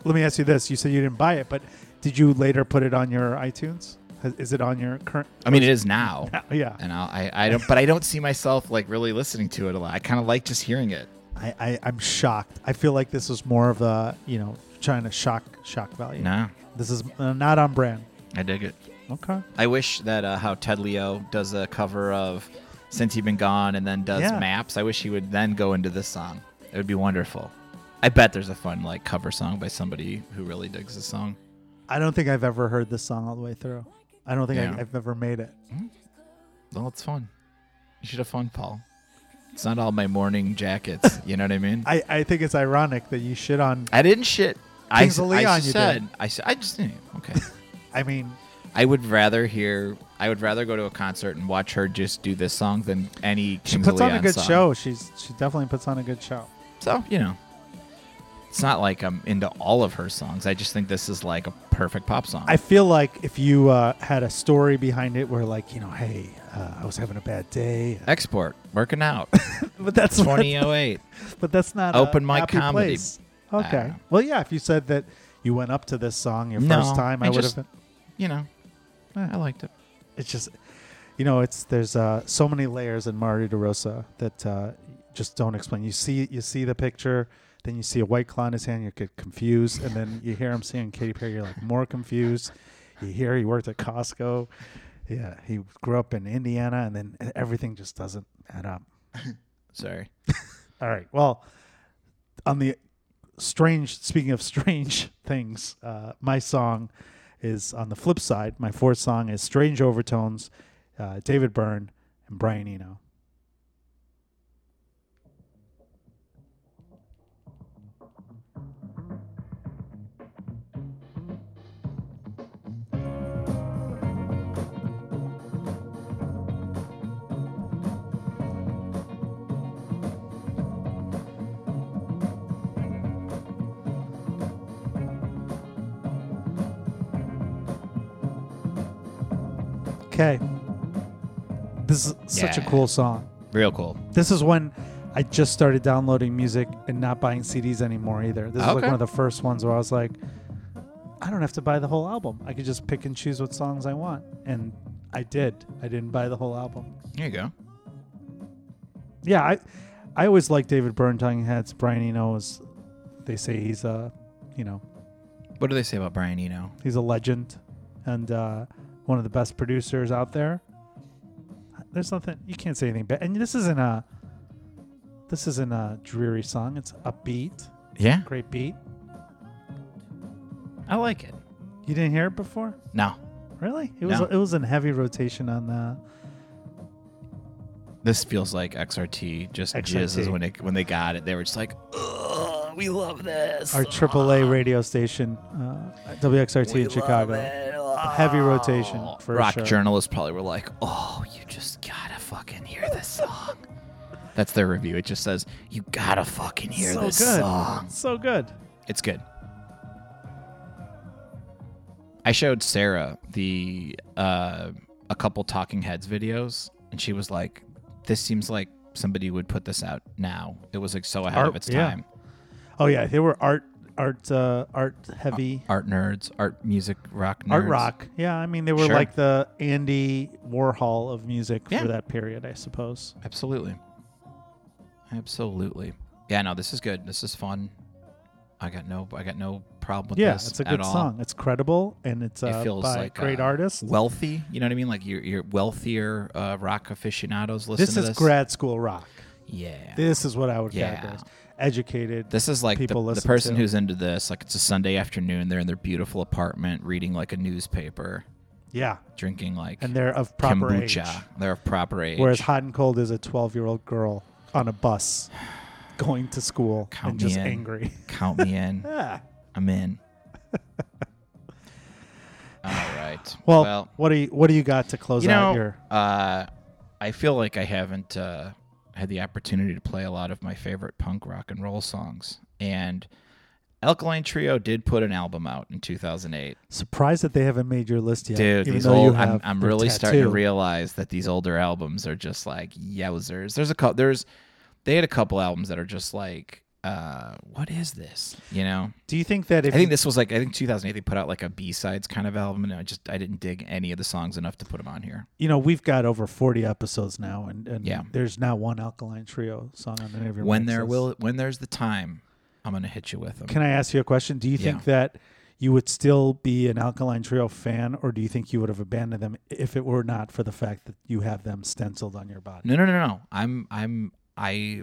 Let me ask you this: You said you didn't buy it, but did you later put it on your iTunes? Has- Is it on your current? uh,
I mean, it is now,
Yeah,
and I'll, I I don't. But I don't see myself like really listening to it a lot. I kind of like just hearing it.
I, I I'm shocked. I feel like this was more of a you know trying to shock shock value.
No,
This is uh, not on brand.
I dig it.
Okay,
I wish that uh, how Ted Leo does a cover of "Since You've Been Gone" and then does
Yeah.
"Maps." I wish he would then go into this song. It would be wonderful. I bet there's a fun like cover song by somebody who really digs this song.
I don't think I've ever heard this song all the way through. I don't think
Yeah.
I, I've ever made it.
Well, it's fun. You should have fun, Paul. It's not all my
*laughs*
morning jackets. you know what I mean?
I, I think it's ironic that you shit on.
I didn't shit. I,
Kings of
I
Leon, you did.
said. I said. I just. Okay. *laughs*
I mean,
I would rather hear. I would rather go to a concert and watch her just do this song than any.
she
Kings of
puts on a
Leon
good
song.
show. She's she definitely puts on a good show.
So you know, it's not like I'm into all of her songs. I just think this is like a perfect pop song.
I feel like if you uh, had a story behind it, where like you know, hey, uh, I was having a bad day, uh,
Export working
*laughs*
out
but that's not-
2008.
*laughs* but that's not
open
a
mic
happy
comedy.
place.
I don't
Okay.
know.
Well, yeah. If you said that you went up to this song your
No,
first time,
I
I, would
just-
have.
you know, eh, I liked it.
It's just, you know, it's there's uh, so many layers in Marty DeRosa that uh, just don't explain. You see, you see the picture. Then you see a white claw in his hand, you get confused, and then you hear him singing Katy Perry, you're like more confused. You hear he worked at Costco. Yeah, he grew up in Indiana, and then everything just doesn't add up.
Sorry.
All right. Well, on the strange, speaking of strange *laughs* things, uh, my song is on the flip side. My fourth song is Strange Overtones, uh, David Byrne, and Brian Eno. Okay. This is such a
Yeah.
cool song.
Real cool.
This is when I just started downloading music and not buying CDs anymore either. This is like
Okay.
one of the first ones where I was like, I don't have to buy the whole album. I could just pick and choose what songs I want. And I did. I didn't buy the whole album.
There you go.
Yeah, I I always like David Byrne Talking Heads. Brian Eno is they say he's a you know,
What do they say about Brian Eno?
he's a legend and uh, one of the best producers out there. There's nothing you can't say anything bad. And this isn't a this isn't a dreary song. It's upbeat,
Yeah,
great beat.
I like it.
You didn't hear it before?
No,
Really? It was
No.
it was in heavy rotation on uh, the
this feels like XRT just
XRT.
jizzes when it when they got it. They were just like, Ugh, we love this.
our AAA radio station, uh, WXRT in Chicago. Heavy rotation for
rock
sure.
journalists probably were like, "Oh, you just gotta fucking hear this song." That's their review. It just says, "You gotta fucking hear
so
this
good.
song.
So good.
It's good." I showed Sarah the uh, a couple Talking Heads videos, and she was like, "This seems like somebody would put this out now. It was like so ahead
Art-
of its
yeah.
time.
Oh yeah, they were art, art, uh, art heavy,
Art nerds, art music, rock nerds.
art rock. Yeah, I mean they were
Sure.
like the Andy Warhol of music
Yeah.
for that period, I suppose.
Absolutely. Absolutely. Yeah, no, this is good. This is fun. I got no I got no problem with
yeah,
this.
it's a
at
good
all.
song. It's credible and it's uh,
it feels
by
like
a great
uh,
artist.
Wealthy, you know what I mean? Like your your wealthier uh, rock aficionados listen
This
to
is
this.
grad school rock.
yeah.
This is what I would
Yeah.
categorize. Educated.
This is like the,
people
the
listen
person
to.
who's into this. Like it's a Sunday afternoon. They're in their beautiful apartment reading like a newspaper,
yeah,
drinking like
and they're of proper
kombucha.
age.
They're of
*laughs*
proper age.
Whereas hot and cold is a 12 year old girl on a
*sighs*
bus going to school
Count
and
me
just
in.
angry. *laughs*
Count me in.
yeah. *laughs*
I'm in. All right.
Well, what do you what do you got to close
you
out
know,
your
uh, I feel like I haven't uh, had the opportunity to play a lot of my favorite punk rock and roll songs, and Alkaline Trio did put an album out in 2008.
surprised that they haven't made your list yet?
Dude,
even
these
though you
old, I'm,
have
I'm
the
really starting to
tattoo.
realize that these older albums are just like yowzers. There's a couple. There's they had a couple albums that are just like, uh, what is this? You know.
Do you think that if
I think
you-
this was like I think 2008 they put out like a B sides kind of album, and I just I didn't dig any of the songs enough to put them on here.
you know we've got over 40 episodes now, and, and
Yeah.
there's not one Alkaline Trio song on any of your
when
mixes.
there will when there's the time, I'm gonna hit you with them.
Can I ask you a question? Do you think
Yeah.
that you would still be an Alkaline Trio fan, or do you think you would have abandoned them if it were not for the fact that you have them stenciled on your body?
no, no, no, no. I'm I'm I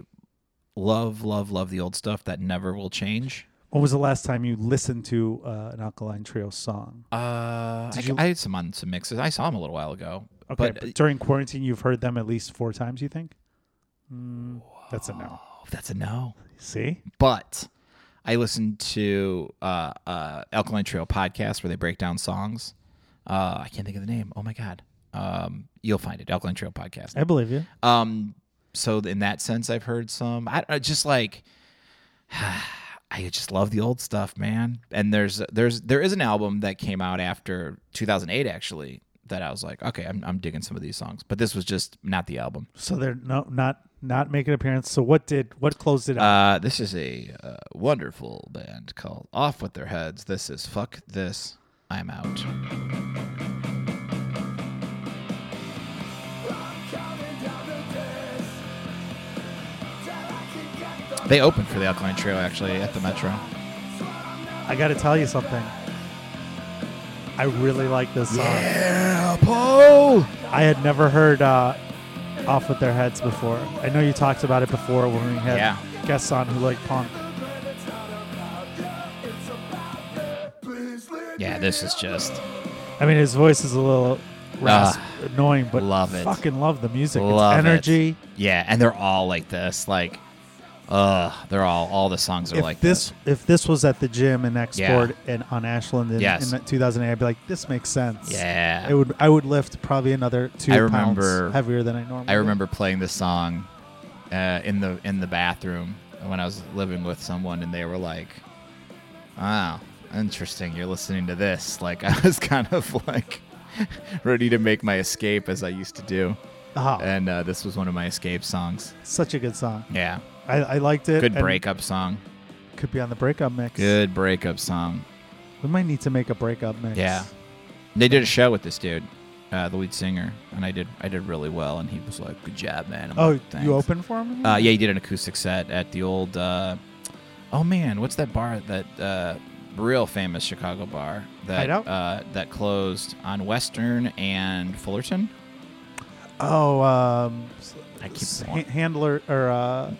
love love love the old stuff that never will change.
When was the last time you listened to uh, an Alkaline Trio song?
Uh, I,
Did you-
I had some on some mixes. I saw them a little while ago.
Okay,
but, uh,
but, during quarantine, you've heard them at least four times. You think? Mm, that's a no.
oh, that's a no.
See,
But I listened to uh, uh, Alkaline Trio podcast where they break down songs. Uh, I can't think of the name. Oh my god. Um, you'll find it. Alkaline Trio podcast.
I believe you.
Um, so in that sense, I've heard some. I, I just like, *sighs* I just love the old stuff, man. And there's there's there is an album that came out after 2008, actually, that I was like, okay, I'm I'm digging some of these songs, but this was just not the album.
So they're no, not not making an appearance. So what did what closed it out?
Uh, this is a uh, wonderful band called Off with Their Heads. This is fuck this. I'm out. They opened for the Alkaline Trio actually at the Metro.
I got to tell you something. I really like this song.
Yeah, Paul.
I had never heard uh, "Off with Their Heads" before. I know you talked about it before when we had
Yeah.
guests on who like punk.
Yeah, this is just
I mean, his voice is a little ras- annoying, but
love it.
Fucking love the music.
love
it's
it.
energy.
Yeah, and they're all like this. Like, uh, they're all all the songs are
If
like
this, if this was at the gym in Export and on Ashland in,
Yes.
in 2008, I'd be like, this makes sense.
Yeah.
It would. I would lift probably another two
I remember-
pounds heavier than I normally.
I
do.
remember playing this song uh, in the in the bathroom when I was living with someone, and they were like, "Wow, interesting. You're listening to this." *laughs* Like I was kind of like *laughs* ready to make my escape, as I used to do,
Oh,
and uh, this was one of my escape songs.
such a good song.
Yeah,
I, I liked it.
good
and
breakup song.
Could be on the breakup mix.
Good breakup song.
We might need to make a breakup mix.
Yeah, they did a show with this dude. Uh, the lead singer and I did I did really well and he was like good job man I'm
Oh,
like, "Thanks."
you open for him?
Uh, yeah, he did an acoustic set at the old. Uh, oh man, what's that bar? That uh, real famous Chicago bar that
Hideout?
uh, that closed on Western and Fullerton.
Oh, um, s-
I keep
s-
blank-
ha- handler or uh,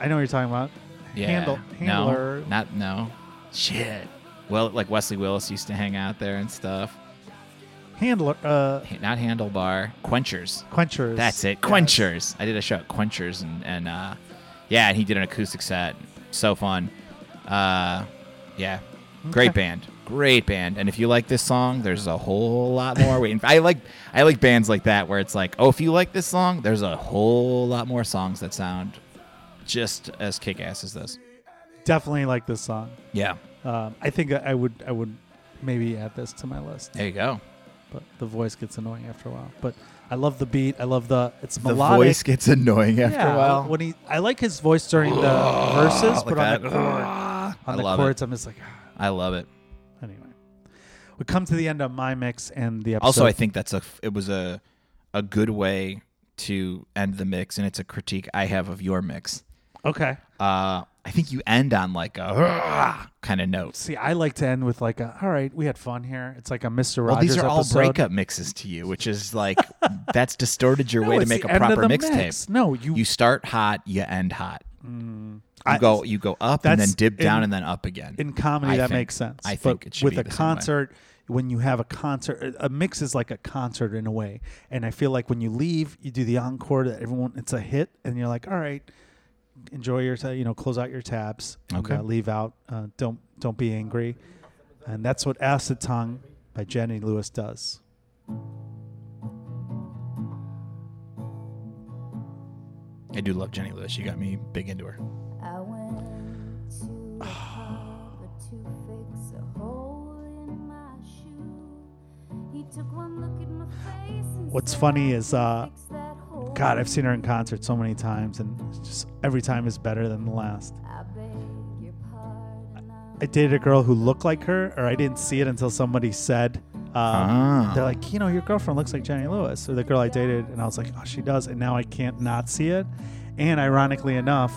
I know what you're talking about.
Yeah,
*laughs* handle- handler.
No, not no. Shit. Well, like Wesley Willis used to hang out there and stuff.
Handler, uh,
H- Not Handle Bar, Quenchers.
quenchers.
That's it,
Yes.
Quenchers. I did a show at Quenchers, and and uh, yeah, and he did an acoustic set. So fun. Uh, yeah, great
Okay.
band. Great band. And if you like this song, there's a whole lot more waiting. I like I like bands like that where it's like, oh, if you like this song, there's a whole lot more songs that sound just as kick ass as this.
Definitely like this song.
Yeah.
Um, I think I would I would maybe add this to my list,
There you go.
but the voice gets annoying after a while. But I love the beat. I love the it's
The
melodic.
voice gets annoying after
yeah,
a while.
when he I like his voice
*sighs*
during the verses,
Like
but on the
Oh, that. *sighs*
chord, on
I
the
love
chords, I'm just like. *sighs* "Ah."
it. I love it.
Anyway, we come to the end of my mix and the episode.
Also, I think that's a it was a a good way to end the mix, and it's a critique I have of your mix.
okay.
Uh, I think you end on like a kind of notes.
See, I like to end with like a all right, we had fun here. It's like a Mister
Well,
Rogers
these are all
episode.
breakup mixes to you, which is
*laughs*
like that's distorted your
No,
way to
it's
make
the
a
end of
proper
the
mixtape.
mix. No, you, Mm,
You start hot, you end hot. You
I-
go you go up and then
That's
dip down
in-
and then up again.
in comedy
I
that
think-
makes sense.
I
But
think it should
with
be
a
the same way.
concert, when you have a concert, a a mix is like a concert in a way. And I feel like when you leave, you do the encore. That everyone, it's a hit, and you're like, all right, enjoy your, ta- you know, close out your tabs. and,
Okay.
uh, leave out. Uh, don't don't be angry. And that's what Acid Tongue by Jenny Lewis does.
I do love Jenny Lewis. She got me big into her.
I went to a barber to fix a hole in my shoe. He took one look at my face and
What's
said,
funny
"I
is,
can
uh,
fix that hole."
God, I've seen her in concert so many times, and it's just every time is better than the last.
I beg your pardon. I'm
I dated a girl who looked like her, or I didn't see it until somebody said, um,
Ah.
they're like, you know, your girlfriend looks like Jenny Lewis, or the girl I dated, and I was like, oh, she does, and now I can't not see it. And ironically enough,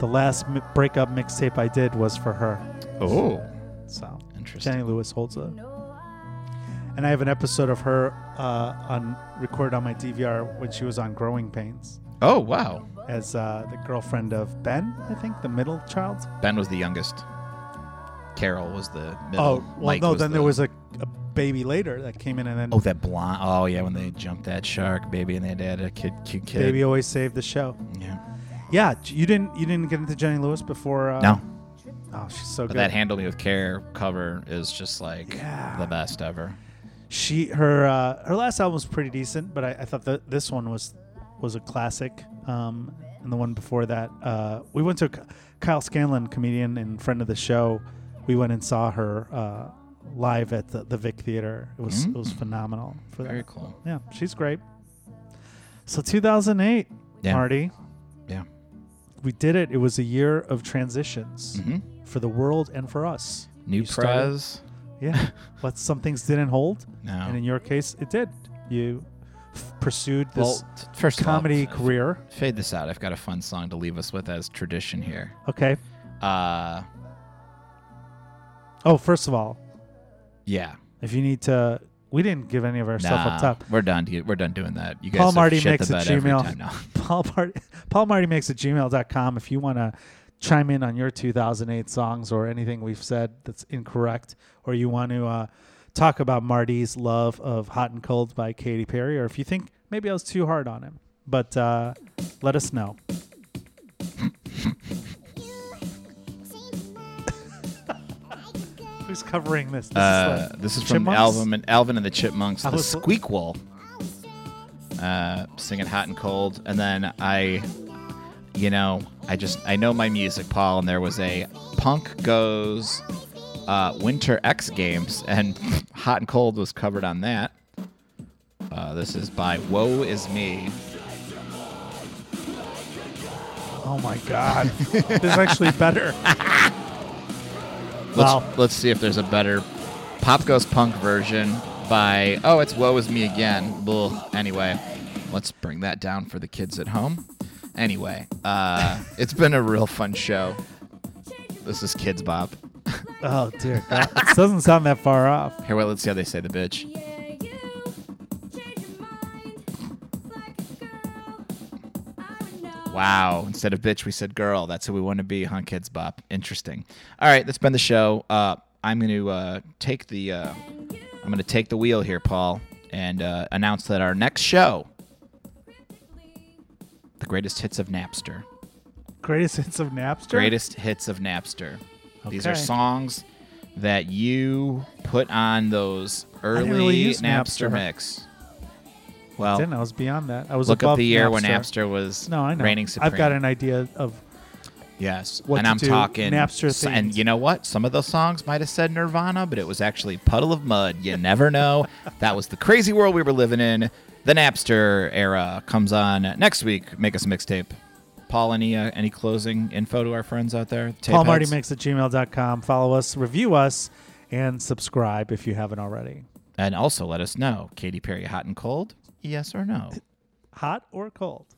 the last mi- breakup mixtape I did was for her.
Oh,
So
interesting.
Jenny Lewis holds a, and I have an episode of her uh, on recorded on my DVR when she was on Growing Pains
Oh wow.
as uh, the girlfriend of Ben, I think, the middle child.
Ben was the youngest. Carol was the middle.
Oh, well,
Mike
no, then
the-
there was a, a baby later that came in, and then
Oh, that blonde. Oh, yeah, when they jumped that shark, baby, and they had a kid, cute kid.
baby always saved the show.
Yeah.
Yeah, j- you didn't you didn't get into Jenny Lewis before? Uh,
No,
Oh, she's so
but
good.
that "Handle Me with Care" cover is just like
Yeah.
the best ever.
she her uh, her last album was pretty decent, but I, I thought that this one was was a classic. Um, and the one before that, uh, we went to K- Kyle Scanlon, comedian and friend of the show. We went and saw her uh, live at the, the Vic Theater. It was it was phenomenal. For
Mm. Very
that.
cool.
Yeah, she's great. So 2008,
Yeah.
Marty,
Yeah.
we did it. It was a year of transitions
hmm
for the world and for us.
New
You started-
Prez.
*laughs* Yeah, but some things didn't hold,
No.
and in your case, it did. You f- pursued this
well, t- first of all,
comedy
f-
career.
f- uh, Fade this out. I've got a fun song to leave us with as tradition here.
Okay.
Uh,
Oh, first of all,
yeah.
if you need to, we didn't give any of our stuff
Nah,
up top.
We're done. dude. We're done doing that. You guys
Paul
have
Marty
shit
makes
the
a
bed every
Gmail.
time now.
*laughs* Paul Marty, Paul Marty makes at gmail.com if you want to chime in on your 2008 songs or anything we've said that's incorrect, or you want to uh, talk about Marty's love of Hot and Cold by Katy Perry, or if you think maybe I was too hard on him. But uh, let us know. Who's covering this? This
Uh,
is, like
this is from
Chipmunks?
Alvin and Alvin and the Chipmunks,
I
the
was-
Squeakquel, uh, singing "Hot and Cold," and then I, you know, I just I know my music, Paul, and there was a Punk Goes uh, Winter X Games, and *laughs* "Hot and Cold" was covered on that. Uh, this is by Woe Is Me.
Oh my God. this is actually better.
Let's,
Wow.
let's see if there's a better Pop Goes Punk version by oh, it's Woe Is Me Again. Ugh. Anyway, let's bring that down for the kids at home. Anyway, uh, *laughs* it's been a real fun show. This is Kids Bop.
Oh, dear God. This doesn't sound that far off.
Here, wait, let's see how they say the bitch.
Yeah, you changed your mind like a girl. I would know.
Wow. Instead of bitch, we said girl. That's who we want to be, huh, Kids Bop? Interesting. All right, that's been the show. Uh, I'm going to uh, take the uh, I'm going to take the wheel here, Paul, and uh, announce that our next show, the greatest hits of Napster,
Greatest hits of Napster?
greatest hits of Napster. These are
Okay.
songs that you put on those early
really use
Napster,
Napster.
mix. Well,
Didn't I was beyond that. I was
look up
above
the year
Napster.
when Napster was
No, I know.
reigning supreme.
I've got an idea of
Yes,
what
and
to
I'm
do,
talking
Napster
s- And
themed.
you know what? Some of those songs might have said Nirvana, but it was actually Puddle of Mud. You never
*laughs*
know. that was the crazy world we were living in. The Napster era comes on next week. Make us a mixtape. Paul, any uh, any closing info to our friends out there? Tape
Paul Marty
heads?
Mix at gmail.com. Follow us, review us, and subscribe if you haven't already.
and also let us know Katy Perry hot and cold. Yes or no?
Hot or cold?